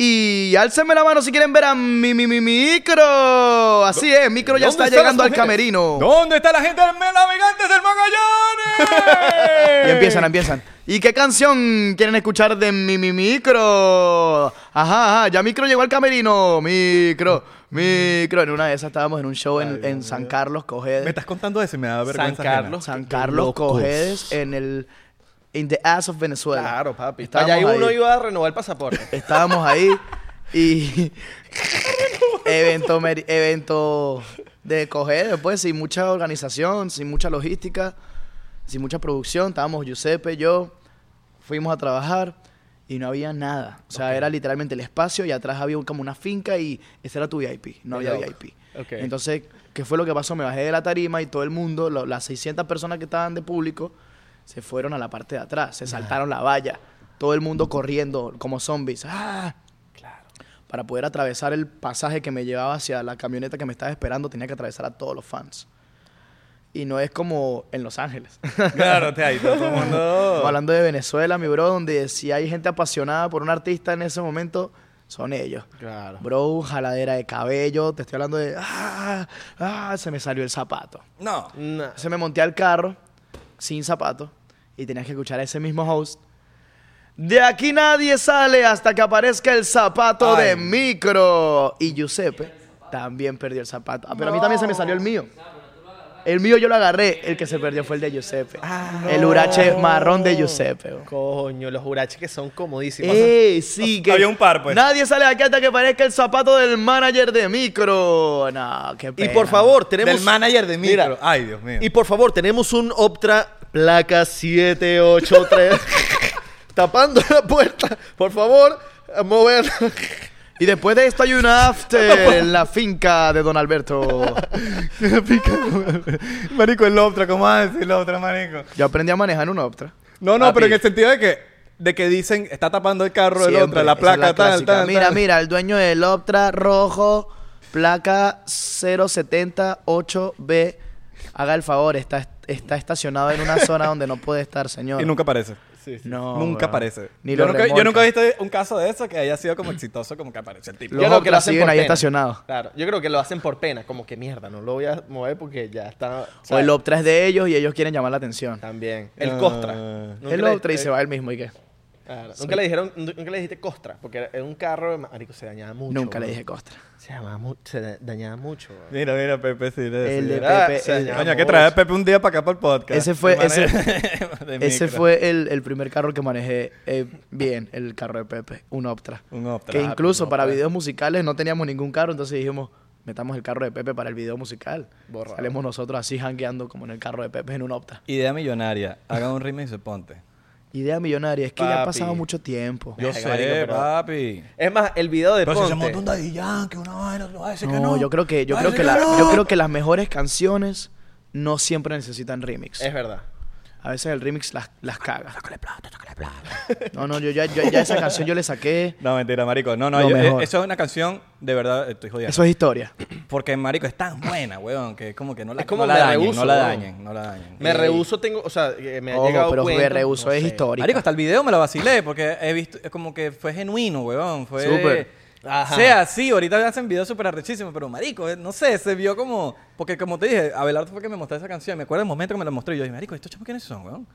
Y álcenme la mano si quieren ver a mi, mi, mi micro. Así es, micro ya
¿Dónde
está
están
llegando
las
al
mujeres?
camerino.
¿Dónde está la gente del Navegantes del Magallanes?
<laughs> Y empiezan, empiezan. ¿Y qué canción quieren escuchar de mi, mi micro? Ajá, ajá, ya micro llegó al camerino. Micro, micro. En una de esas estábamos en un show en, en San Carlos Cogedes.
Me estás contando eso y me da vergüenza.
San
ajena.
Carlos.
San
Qué
Carlos
locos.
Cogedes en el in the ass of Venezuela.
Claro, papi.
Estábamos
Allá ahí uno
ahí.
iba a renovar el pasaporte.
<laughs> Estábamos ahí y evento meri- evento de Cogedes, pues sin mucha organización, sin mucha logística, sin mucha producción, estábamos Giuseppe, yo fuimos a trabajar y no había nada. O sea, era literalmente el espacio y atrás había un- como una finca y ese era tu VIP, no
Qué
había
loco.
VIP.
Ok.
Entonces, ¿qué fue lo que pasó? Me bajé de la tarima y todo el mundo, lo- las 600 personas que estaban de público, se fueron a la parte de atrás, se saltaron la valla, todo el mundo corriendo como zombies. ¡Ah! Para poder atravesar el pasaje que me llevaba hacia la camioneta que me estaba esperando, tenía que atravesar a todos los fans. Y no es como en Los Ángeles.
<laughs> Claro, te ahí todo el mundo.
<laughs> Estamos Hablando de Venezuela, mi bro, donde si hay gente apasionada por un artista en ese momento, son ellos.
Claro.
Bro, jaladera de cabello, te estoy hablando de... ¡Ah! ¡Ah! Se me salió el zapato.
No.
Nah.
Se me monté al carro sin zapato y tenías que escuchar a ese mismo host. De aquí nadie sale hasta que aparezca el zapato
Ay.
de micro. Y Giuseppe también perdió el zapato. Ah, pero a mí también se me salió el mío. El mío yo lo agarré. El que se perdió fue el de Giuseppe.
Ah,
El hurache marrón de Giuseppe. bro.
Coño, los huraches que son comodísimos.
Ey, sí, que
Había un par, pues.
Nadie sale de aquí hasta que aparezca el zapato del manager de micro. No, qué
Y
pena.
por favor, tenemos...
Del manager de micro.
Mira,
Ay, Dios mío.
Y <laughs> por favor, tenemos un Optra placa 783 tapando la puerta. Por favor, a mover.
Y después de esto hay un
<laughs>
after en la finca de Don Alberto.
marico, el Optra, ¿cómo vas a decir el Optra, marico?
Yo aprendí a manejar en un Optra.
No, no,
Papi,
pero en el sentido de que, de que dicen, está tapando el carro el
siempre,
Optra, la
esa es
placa, tal,
clásica.
tal.
Mira,
tal.
mira, el dueño del Optra rojo, placa 078B. Haga el favor, está, está estacionado en una zona donde no puede estar,
<laughs>
señor.
Y nunca aparece.
No,
nunca
bro.
aparece.
Ni
yo,
lo
nunca, yo
remolcan.
nunca he visto un caso de eso que haya sido como exitoso, como que aparece el tipo.
Los Optras siguen ahí estacionados.
Claro, yo creo que lo hacen por pena, como que mierda, no lo voy a mover porque ya está.
O
¿sabes?
el Optra es de ellos y ellos quieren llamar la atención.
También. El
Ah.
Costra.
El
¿Nunca
el
le-
Optra y se va él mismo y qué.
Claro. Nunca le dijeron, nunca le dijiste Costra, porque era- era un carro, marico, se dañaba mucho.
Nunca le
bro.
dije Costra.
Se, llamaba mu- se da- dañaba mucho. bro.
Mira, mira, Pepe sí le
El
decía.
de eh,
Ah,
Pepe,
se
el-
dañaba
Coño, hay que
mucho.
traer a Pepe un día para acá para el podcast.
Ese fue-
De
ese- <laughs>
manera- de
Ese
micro.
fue el, el primer carro que manejé eh, bien, el carro de Pepe, un Optra.
Un Optra.
Que incluso
Un
para
Optra.
videos musicales no teníamos ningún carro, entonces dijimos, metamos el carro de Pepe para el video musical.
Borrado.
Salimos nosotros así jangueando como en el carro de Pepe en un Opta.
Idea millonaria. Hagan un remix y se ponte.
Idea millonaria, es que ya ha pasado
Papi.
mucho tiempo.
Yo
Verga,
sé,
marico, pero-
papi.
Es más, el video de
Pero si se
Ponte-
montó un Daddy Yankee, una vaina, no va a decir
no,
que no.
yo creo que, yo
Va a
creo que,
decir
la-
no.
yo creo que las mejores canciones no siempre necesitan remix.
Es verdad.
A veces el remix las, las caga. No, no, yo ya, yo ya esa canción yo
<laughs>
le saqué.
No, mentira, marico. No, no,
Lo
yo- eh,
mejor.
eso es una canción, de verdad, estoy jodiendo.
Eso es historia.
Porque, marico, es tan buena, weón, que es como que no la,
Es como
no la
me
dañen,
rehuso,
no la
weón.
dañen, no la dañen.
Me rehuso, tengo, o sea, eh, me ha
Ojo,
llegado
pero
cuentos,
me rehusó
no
es
sé.
histórica.
Marico, hasta el video me la vacilé porque he visto, es como que fue genuino, weón. Fue.
Súper.
Ajá.
Sea así, ahorita hacen videos súper arrechísimos, pero marico, eh, no sé, se vio como. Porque como te dije, Abelardo fue que me mostró esa canción. Me acuerdo el momento que me la mostró y yo dije, marico, ¿estos chamos quiénes son, weón?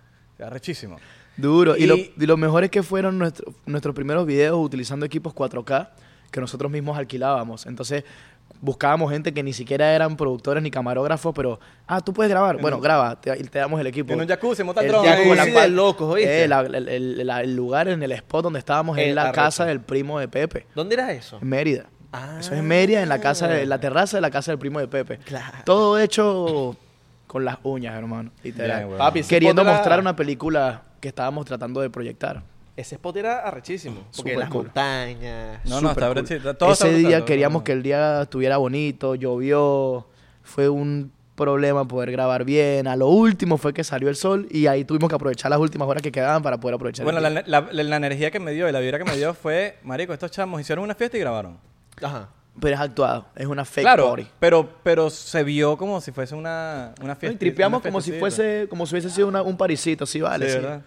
Arrechísimo.
Duro. Y,
Y-
lo, y lo mejor es que fueron nuestro- nuestros primeros videos utilizando equipos 4K que nosotros mismos alquilábamos. Entonces buscábamos gente que ni siquiera eran productores ni camarógrafos, pero, ah, tú puedes grabar. Bueno, graba, te, y te damos el equipo.
En un jacuzzi, monta el
El
dron.
jacuzzi
ahí.
de
Sí, del-
locos, ¿oíste?
Eh, la- el, el- la- el lugar en el spot donde estábamos
Eh,
en la
arrecho.
casa del primo de Pepe,
¿Dónde era eso?
en Mérida.
Ah.
Eso es en Mérida, en la casa, de- en la terraza de la casa del primo de Pepe.
Claro.
Todo hecho con las uñas, hermano, literal.
Bien, weón.
Papi, ese
Queriendo
spot era-
mostrar una película que estábamos tratando de proyectar.
Ese spot era arrechísimo. Porque
Súper
las
cool.
montañas.
No, no,
Súper
está
cool.
arrechísimo. Todo está
Ese
brutal,
día
todo,
queríamos
todo.
que el día estuviera bonito, llovió, fue un problema poder grabar bien. A lo último fue que salió el sol y ahí tuvimos que aprovechar las últimas horas que quedaban para poder aprovechar.
Bueno,
el
la,
día.
la- la- la energía que me dio y la vibra que me dio fue, marico, estos chamos hicieron una fiesta y grabaron.
Ajá.
Pero es actuado, es una fake
claro,
party.
pero pero se vio como si fuese una, una
No,
fiesta.
y tripeamos
una
como si
fiestecita.
fuese, como si hubiese sido una- un parisito, sí vale,
Sí,
sí.
¿verdad?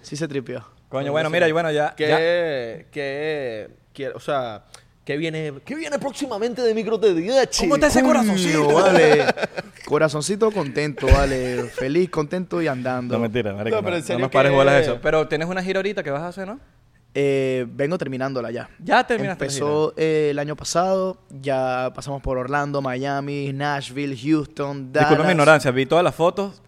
Sí se tripeó.
Coño, bueno, mira, y bueno, ya. ya-
¿Qué, qué, qué- o sea, qué viene, qué viene próximamente de Micro TDH?
¿Cómo está ese
Coño,
corazoncito?
vale. Corazoncito contento, vale. Feliz, contento y andando.
No, mentira, marico. No,
No, pero en
no
serio
nos pares
que-
bolas a eso. Pero tienes una gira ahorita que vas a hacer, ¿no?
Eh, vengo terminándola ya.
Ya terminaste la
Empezó eh, el año pasado, ya pasamos por Orlando, Miami, Nashville, Houston, Dallas.
Disculpa mi ignorancia, vi todas las fotos.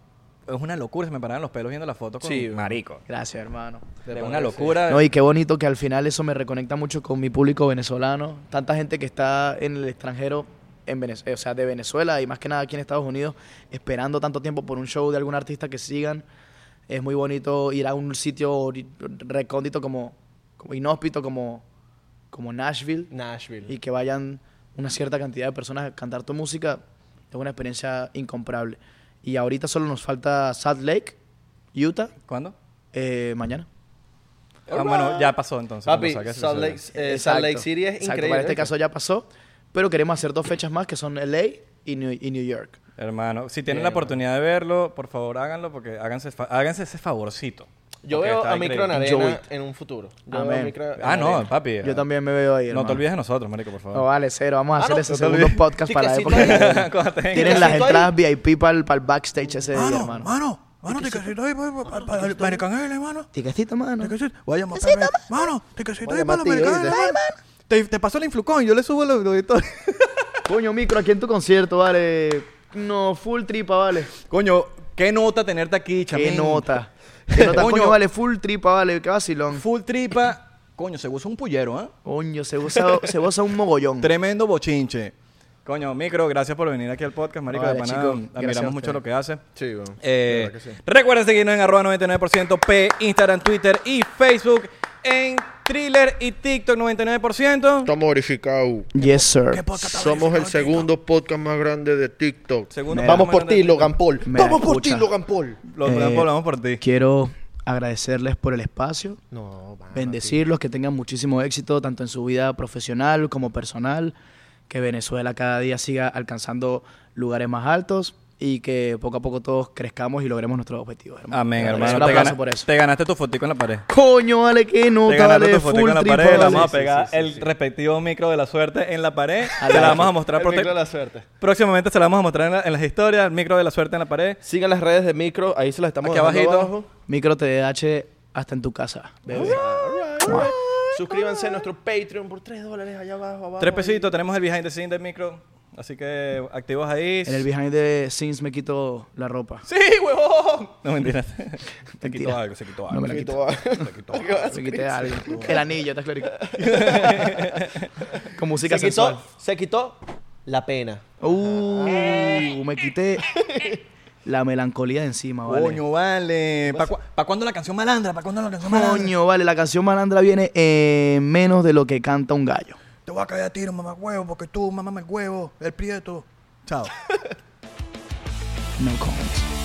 Es una locura, se me paraban los pelos viendo las fotos con
Sí.
marico.
Gracias, hermano.
Es una locura.
No, y qué bonito que al final eso me reconecta mucho con mi público venezolano. Tanta gente que está en el extranjero, en Venez- eh, o sea, de Venezuela y más que nada aquí en Estados Unidos, esperando tanto tiempo por un show de algún artista que sigan. Es muy bonito ir a un sitio ori- recóndito como, como inhóspito, como, como Nashville,
Nashville.
y que vayan una cierta cantidad de personas a cantar tu música. Es una experiencia incomparable. Y ahorita solo nos falta Salt Lake, Utah,
¿Cuándo?
eh, mañana.
Ah, bueno, ya pasó entonces.
Papi,
cuando salga ese
Salt Lake,
episodio.
eh,
Exacto.
Salt Lake City es
Exacto,
increíble.
Para este
¿viste?
caso ya pasó, pero queremos hacer dos fechas más que son LA y New, y New York.
Hermano, si tienen
Bien,
la
hermano.
oportunidad de verlo, por favor háganlo porque háganse, fa- háganse ese favorcito.
Yo
Porque
veo
está
a Micro en
increíble.
Arena en un futuro. Yo veo a
Amén.
Micro en
Ah, no,
Arena.
papi.
Yo también me veo ahí.
No te
hermano.
olvides de nosotros, marico, por favor.
No vale, cero. Vamos a
Ah,
hacer
no,
ese
no te <laughs>
segundo
olvides.
podcast para la
Chiquecito
época.
ahí.
Cuando tengas-
<laughs> Tienen las
Chiquecito
entradas VIP para el, backstage ese día,
Mano,
hermano.
mano, mano, te casito ahí pues, para, para, para el American hermano.
Tiquecito, mano.
Te casito. Voy a llamar para el- Mano, te casito ahí
Voy a
para el
llamar a ti,
American
¿oíste?
hermano. Te, te paso el influcón, yo le subo los auditores.
Coño, micro, aquí en tu concierto, vale. No, full tripa, vale.
<laughs> Coño, qué nota tenerte aquí, chamín.
Qué nota.
<laughs>
Qué nota,
Coño.
coño, vale, full tripa, vale. Qué vacilón.
Full tripa. Coño, se usa un pullero, ¿ah?
Coño, se goza, se goza un
Mm.
mogollón.
Tremendo bochinche. Coño, Micro, gracias por venir aquí al podcast, marico.
Vale,
de pana,
chicos, gracias a
admiramos mucho
ustedes.
lo que hace.
Sí, bueno.
Eh,
de verdad que sí.
Recuerda seguirnos en arroba 99% P, Instagram, Twitter y Facebook. En Thriller y TikTok 99%.
Estamos verificados.
Yes, sir.
¿Qué podcast está
Somos el
verificado,
segundo podcast más grande de TikTok.
Segundo,
Vamos
por ti,
Logan Paul.
Mira,
Vamos por ti,
escucha.
Logan Paul.
Lo
Eh,
hablamos por ti.
Quiero agradecerles por el espacio.
No, mano,
bendecirlos, que tengan muchísimo éxito tanto en su vida profesional como personal, que Venezuela cada día siga alcanzando lugares más altos y que poco a poco todos crezcamos y logremos nuestros objetivos. hermano.
Amén,
Les
hermano.
Un
Te,
aplauso
gana-
por eso.
te ganaste tu fotico en la pared.
Coño, vale, que no,
Te ganaste
dale,
tu fotico
full
en la
tripa,
pared. Le
vale.
vamos a pegar el respectivo micro de la suerte en la pared. Te la vamos a mostrar
El
por
Micro de
ti.
la suerte.
Próximamente se la vamos a mostrar en, la- en las historias. El micro de la suerte en la pared.
Sigan las redes de Micro, ahí se las estamos
Aquí
dejando
abajito.
abajo.
Micro TDH hasta en tu casa, bebé.
Ah, Subscríbanse, suscríbanse a nuestro Patreon por 3 dólares allá abajo. abajo
Tres
ahí.
pesitos, tenemos el behind the scenes del micro. Así que activos ahí.
En el behind the scenes me quito la ropa.
¡Sí, huevón! No, mentira. <laughs> Se quitó
Mentira.
algo, se quitó algo.
No me la
Se
quito.
Se
<laughs>
quitó algo.
Me quité algo. El anillo, está claro. Con música
Se
sensual.
quitó, se quitó la pena.
Uh, me quité la melancolía de encima, ¿vale?
Coño, vale. ¿Para cuándo la canción malandra? ¿Para cuándo la canción malandra?
Coño, vale, la canción malandra viene en menos de lo que canta un gallo.
Te voy a caer a tiro, mamá huevo, porque tú, mamá el huevo, el prieto. Chao.
No comments.